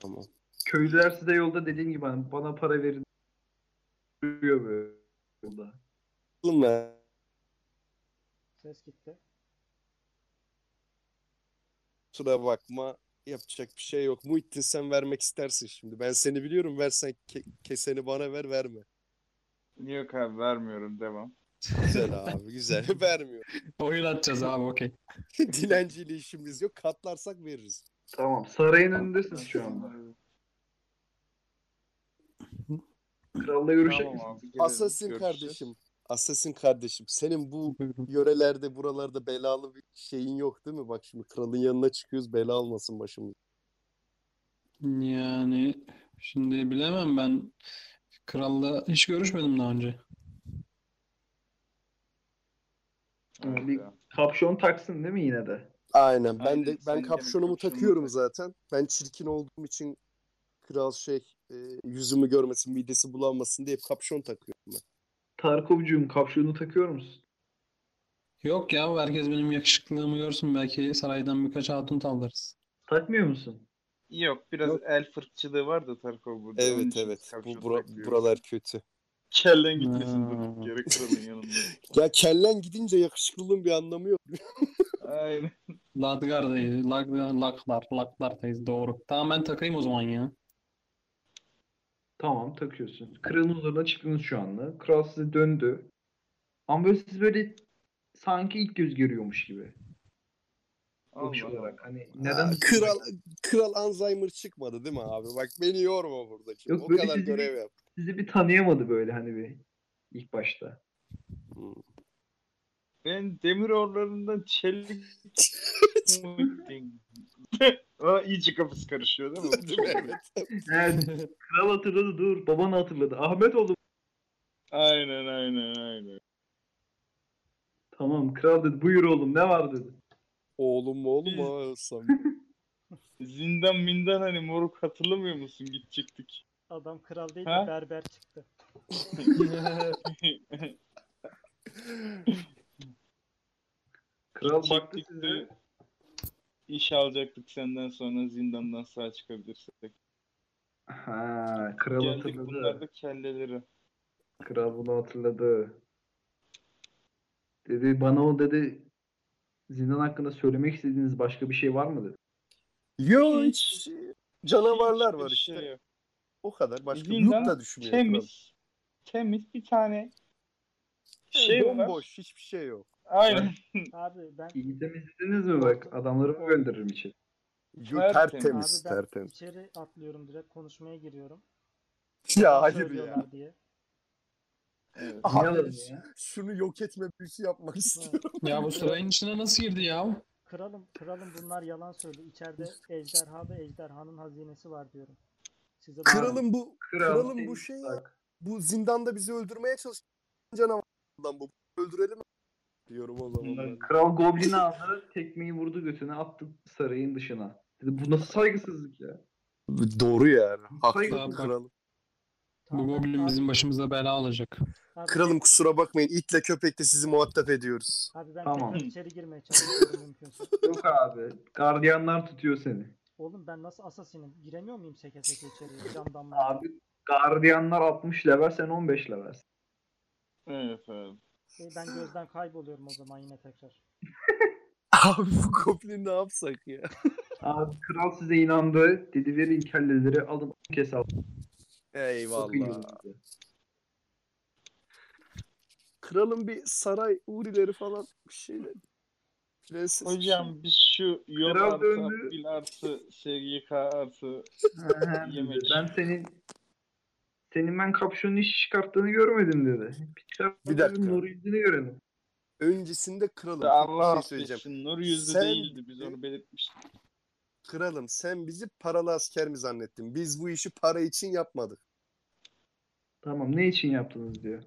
Tamam.
Köylüler size yolda dediğim gibi hani bana para verin diyor böyle yolda.
Oğlum ya.
Ses gitti.
Kusura bakma. Yapacak bir şey yok. Muhittin sen vermek istersin şimdi. Ben seni biliyorum. Versen ke- keseni bana ver verme.
Yok abi vermiyorum devam.
Güzel abi güzel. Vermiyor.
Oyun atacağız abi okey.
Dilenciyle işimiz yok. Katlarsak veririz.
Tamam sarayın önündesiniz şu anda. Kralla görüşecek
Tamam
misiniz?
abi, gelelim,
Assassin
görüşürüz.
kardeşim. Assassin kardeşim. Senin bu yörelerde buralarda belalı bir şeyin yok değil mi? Bak şimdi kralın yanına çıkıyoruz. Bela almasın başımıza.
Yani şimdi bilemem ben kralla hiç görüşmedim daha önce.
Evet
Bir-
ya.
Kapşon taksın değil mi yine de?
Aynen. Ben
Aynen,
de
senin
ben
demek
kapşonumu
kapşonunu
takıyorum
tak.
zaten. Ben çirkin olduğum için kral şey e, yüzümü görmesin, midesi bulanmasın diye hep kapşon takıyorum ben.
Tarkovcuğum kapşonu takıyor musun?
Yok ya herkes benim yakışıklılığımı görsün belki saraydan birkaç hatun tavlarız.
Takmıyor musun?
Yok biraz
Yok.
el fırçılığı var da Tarkov burada. Onun
Evet
için
evet. Bu
kapşon
bura-
takıyorum.
buralar kötü.
Kellen gitmesin durduk
Ha.
yere kralın yanında.
Ya kellen gidince yakışıklılığın bir anlamı yok.
Aynen.
Ladgar'dayız. Lag, laklar, laklardayız doğru. Tamam ben takayım o zaman ya.
Tamam takıyorsun. Kralın huzuruna çıktınız şu anda. Kral size döndü. Ama böyle siz böyle sanki ilk göz görüyormuş gibi. Bakış
Allah
olarak. Hani
Aa,
neden?
kral kral Alzheimer çıkmadı değil mi abi? Bak beni yorma burada. şimdi.
Yok,
o
böyle şey
kadar
sizi-
görev yap.
Sizi bir tanıyamadı böyle hani bir ilk başta.
Ben demir orlarından çelik Muhittin. Aa, iyice kafası karışıyor değil mi?
Değil mi? Evet.
Evet. Kral hatırladı dur. Babanı hatırladı. Ahmet oğlum.
aynen aynen aynen.
Tamam kral dedi. Buyur oğlum ne var dedi.
Oğlum mu oğlum
Biz-
ha Sam.
Zindan mindan hani moruk hatırlamıyor musun gidecektik.
Adam kral değil
Ha?
de berber çıktı.
Kral baktı
Gidecektik
size.
de İş alacaktık senden sonra zindandan sağ çıkabilirsek.
Ha, kral
Geldik
hatırladı.
bunlar da kelleleri.
Kral bunu hatırladı. Dedi bana o dedi zindan hakkında söylemek istediğiniz başka bir şey var mı dedi.
Yok hiç canavarlar var
Hiçbir
işte.
şey yok.
O kadar başka bir
Zindan
yurt da düşünmüyor. kral.
Temiz. Temiz bir tane şey var.
Bomboş hiçbir şey yok.
Aynen.
Abi ben
İyi temizlediniz mi bak adamları mı gönderirim içeri.
Yo,
Tertemiz.
tertemiz
abi ben
tertemiz.
içeri atlıyorum direkt konuşmaya giriyorum.
Ya
Ne
hayır şey ya.
söylüyorlar diye.
Evet.
Ne
Abi,
alalım ya?
Şunu yok etme büyüsü yapmak istiyorum.
Ya bu sarayın içine nasıl girdi ya?
Kralım, kralım bunlar yalan söylüyor. İçeride ejderha ve ejderhanın hazinesi var diyorum. Size
Kralım bu
Kral
Kralım
seni-
bu şey ya.
bak,
bu zindanda bizi öldürmeye çalışan canavardan bu. Öldürelim diyorum o zaman.
Kral Goblin'i aldı, tekmeyi vurdu götüne, attı sarayın dışına. Dedi, bu nasıl saygısızlık ya?
Doğru yani.
Hayır,
Haklı
bak.
kralım.
Bu goblin bizim başımıza bela olacak.
Kralım kusura bakmayın. itle köpekle sizi muhatap ediyoruz.
Abi ben
Tamam.
tekrar içeri girmeye çalışıyorum mümkünse.
Yok abi, gardiyanlar tutuyor seni.
Oğlum ben nasıl asasinim? Giremiyor muyum seke seke içeriye camdan? mı?
Abi gardiyanlar 60 level, sen 15 level.
Evet abi.
E, ben gözden kayboluyorum o zaman yine tekrar.
Abi bu goblin ne yapsak ya?
Abi kral size inandı, dedi verin kelleleri, alın on kese alın. Sakın yiyin
Eyvallah.
dedi.
Kralın bir saray Urileri falan bir şeyle. Prenses.
Hocam biz şu yol
Kral
artı,
döndü.
Abdül artı, SGK artı
Hı hı,
Yemek.
dedi. ben senin senin ben kapşonun iş çıkarttığını görmedim dedi.
Bir dakika.
Nur yüzünü görelim.
öncesinde kralım.
Allah
bir şey söyleyeceğim.
affetsin. Nur yüzlü
Sen-
değildi. Biz onu belirtmiştik.
Kralım sen bizi paralı asker mi zannettin? Biz bu işi para için yapmadık.
Tamam ne için yaptınız diyor.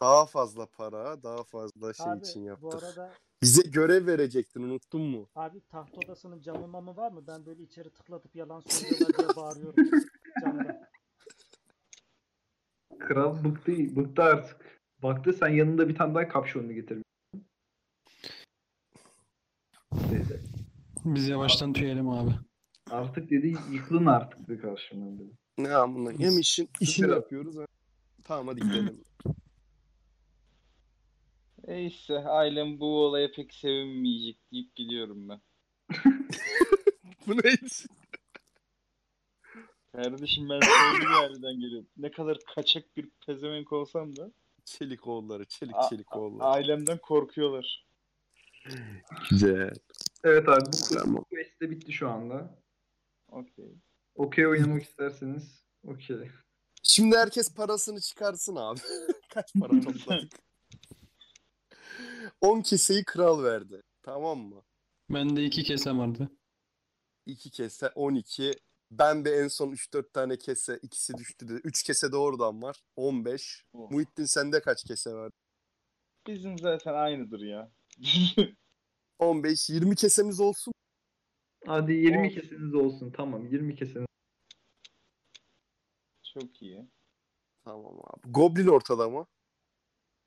Daha fazla para, daha fazla şey
Abi
için
bu
yaptık.
arada
Bize görev verecektin unuttun mu?
abi taht odasının camı mamı var mı? Ben böyle içeri tıklatıp yalan söylüyorlar diye bağırıyorum camdan.
Kral bıktı, bıktı artık. Baktı sen yanında bir tane daha kapşonunu getirmiş. Dedi,
Biz yavaştan tüyelim abi.
Artık dedi yıkılın artık dedi karşımdan dedi.
Ne amına hem işin işini
Süper.
yapıyoruz. ha. Tamam hadi gidelim.
Neyse ailem bu olaya pek sevinmeyecek deyip gidiyorum ben.
bu ne iş?
Kardeşim ben sevgi yerden geliyorum. Ne kadar kaçak bir pezevenk olsam da
Çelik oğulları, çelik
A-
çelik oğulları.
ailemden korkuyorlar.
Güzel.
Evet abi bu kız
Tamam.
quest de bitti şu anda.
Okey.
Okey oynamak isterseniz okey.
Şimdi herkes parasını çıkarsın abi. Kaç para topladık? 10 keseyi kral verdi. Tamam mı?
Bende iki kese vardı.
2 kese 12. Ben de en son 3-4 tane kese ikisi düştü dedi. 3 kese de oradan var. 15.
Oh.
Muhittin sende kaç kese var?
Bizim zaten aynıdır ya.
15. 20 kesemiz olsun.
Hadi 20
Olsun.
kesiniz olsun tamam 20 kesiniz.
Çok iyi.
Tamam abi. Goblin ortada mı?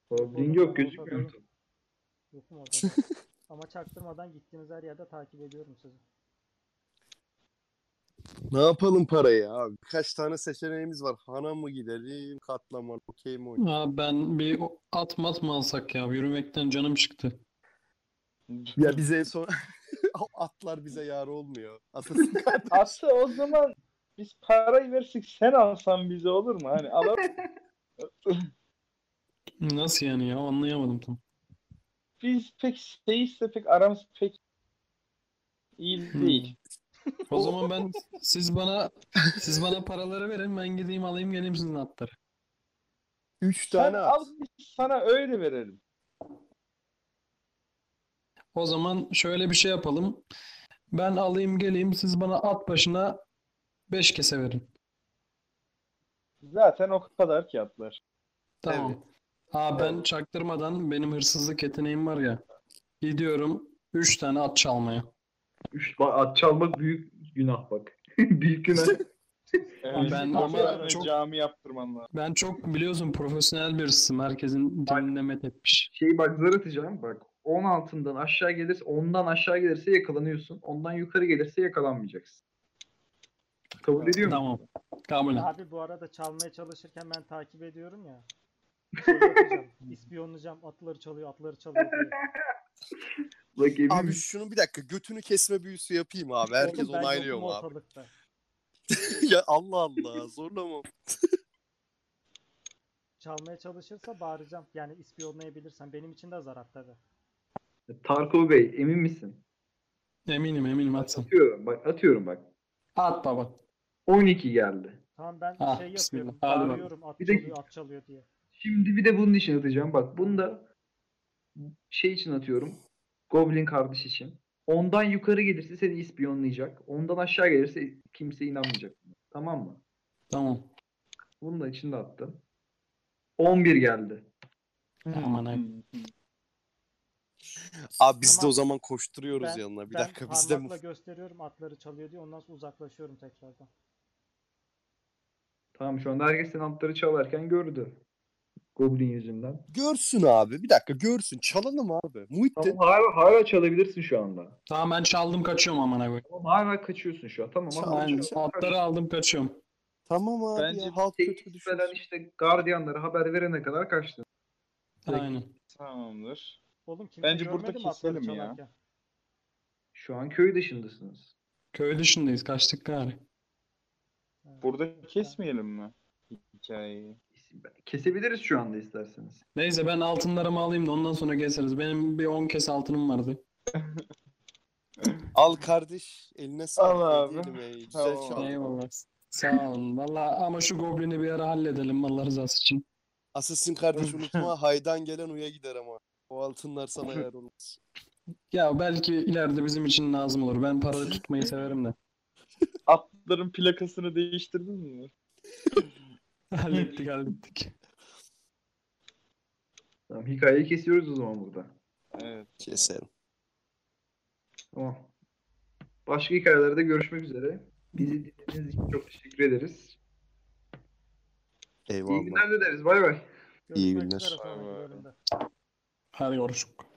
Goblin yok gözükmüyor.
Yokum orada. Ama çaktırmadan gittiğiniz her yerde takip ediyorum sizi.
Ne yapalım parayı abi? Kaç tane seçeneğimiz var? Hana mı gidelim? Katlama, okey mi oynayalım?
Aa, ben bir o- at mat mı alsak ya? Yürümekten canım çıktı.
Ya bize en son... Atlar bize yar olmuyor. Atasın kardeş.
Aslı o zaman biz parayı versek sen alsan bize olur mu? Hani alalım.
Nasıl yani ya? Anlayamadım tam.
biz pek seyisle pek aramız pek iyi
Hmm.
değil.
O zaman ben siz bana siz bana paraları verin ben gideyim alayım geleyim sizin atları.
3
Sen
tane at.
al biz sana öyle verelim.
O zaman şöyle bir şey yapalım. Ben alayım geleyim siz bana at başına 5 kese verin.
Zaten o kadar ki atlar.
Tamam.
Evet.
Aa ben çaktırmadan benim hırsızlık yeteneğim var ya. Gidiyorum 3 tane at çalmaya.
3 at çalmak büyük günah bak. büyük günah.
Evet,
Ben
o
ama
kadar
çok-
cami yaptırman lazım.
Ben çok biliyorsun profesyonel bir hırsızım. Herkesin canını met etmiş.
Şey bak zar atacağım bak. 10 altından aşağı gelirse 10'dan aşağı gelirse yakalanıyorsun. Ondan yukarı gelirse yakalanmayacaksın. Kabul ediyor musun?
Tamam. Kabul.
Abi bu arada çalmaya çalışırken ben takip ediyorum ya. Şey yapacağım, ispiyonlayacağım. Atları çalıyor, atları çalıyor diye.
Bak emin
Abi
misin?
şunun bir dakika götünü kesme büyüsü yapayım abi. Herkes
Oğlum ben
onaylıyor
yokum
mu abi?
ortalıkta.
ya Allah Allah zorlama.
Çalmaya çalışırsa bağıracağım. Yani ispiyonlayabilirsem. Benim için de zarar tabii.
Tarkov Bey emin misin?
Eminim eminim atsın.
Atıyorum bak atıyorum bak.
At baba.
12 geldi.
Tamam ben
Ah,
şey
bismillah.
yapıyorum.
Hadi bakalım.
Bağırıyorum at
Bir
çalıyor,
dakika.
at çalıyor diye.
Şimdi bir de bunun için atacağım. Bak bunu da şey için atıyorum. Goblin kardeş için. Ondan yukarı gelirse seni ispiyonlayacak. Ondan aşağı gelirse kimse inanmayacak. Tamam mı?
Tamam.
Bunu da içinde attım. 11 geldi.
Aman ay.
Hmm.
Abi biz de
Ama
o zaman koşturuyoruz
ben-
yanına. Bir
ben
dakika biz de
parmakla gösteriyorum atları çalıyor diye ondan sonra uzaklaşıyorum tekrardan.
Tamam şu anda herkes senin altları çalarken gördü. Goblin yüzünden.
görsün abi. Bir dakika görsün. Çalalım abi. Muhittin.
Tamam hala, hala çalabilirsin şu anda.
Tamam ben çaldım kaçıyorum aman ay.
Tamam hala kaçıyorsun şu an. Tamam
Tamam,
hala
Aynen.
çalıyorsun.
Atları aldım kaçıyorum.
Tamam abi
Bence
ya. Halk
Tek
kötü düşünsün.
gitmeden işte gardiyanlara haber verene kadar kaçtın.
Aynen.
Tamamdır.
Oğlum kimse
Bence
görmedi
burada
mi atları
keselim ya.
çalarken?
Şu an köy dışındasınız.
Köy dışındayız kaçtık gari.
Ha,
Burada
lütfen.
kesmeyelim mi hikayeyi?
Kesebiliriz şu anda isterseniz.
Neyse ben altınlarımı alayım da ondan sonra keseriz. Benim bir 10 kes altınım vardı.
Al kardeş. Eline sağlık.
Al
ne
abi.
diyelim ey, Güzel
Tamam.
çaldın.
Eyvallah. Sağ olun. Valla ama şu goblini bir ara halledelim Allah rızası için.
Asasın kardeş unutma. Haydan gelen uya gider ama. O altınlar sana yer olmaz.
Ya belki ileride bizim için lazım olur. Ben para tutmayı severim de.
Atların plakasını değiştirdin mi?
Hallettik hallettik.
Tamam hikayeyi kesiyoruz o zaman burada.
Evet.
Keserim.
Tamam. Başka hikayelerde görüşmek üzere. Bizi dinlediğiniz için çok teşekkür ederiz. İyi
Eyvallah.
günler dileriz. Bay bay.
İyi
Görüşmek
günler.
üzere sonraki
Bay bay.
bölümde.
Hadi görüşürüz.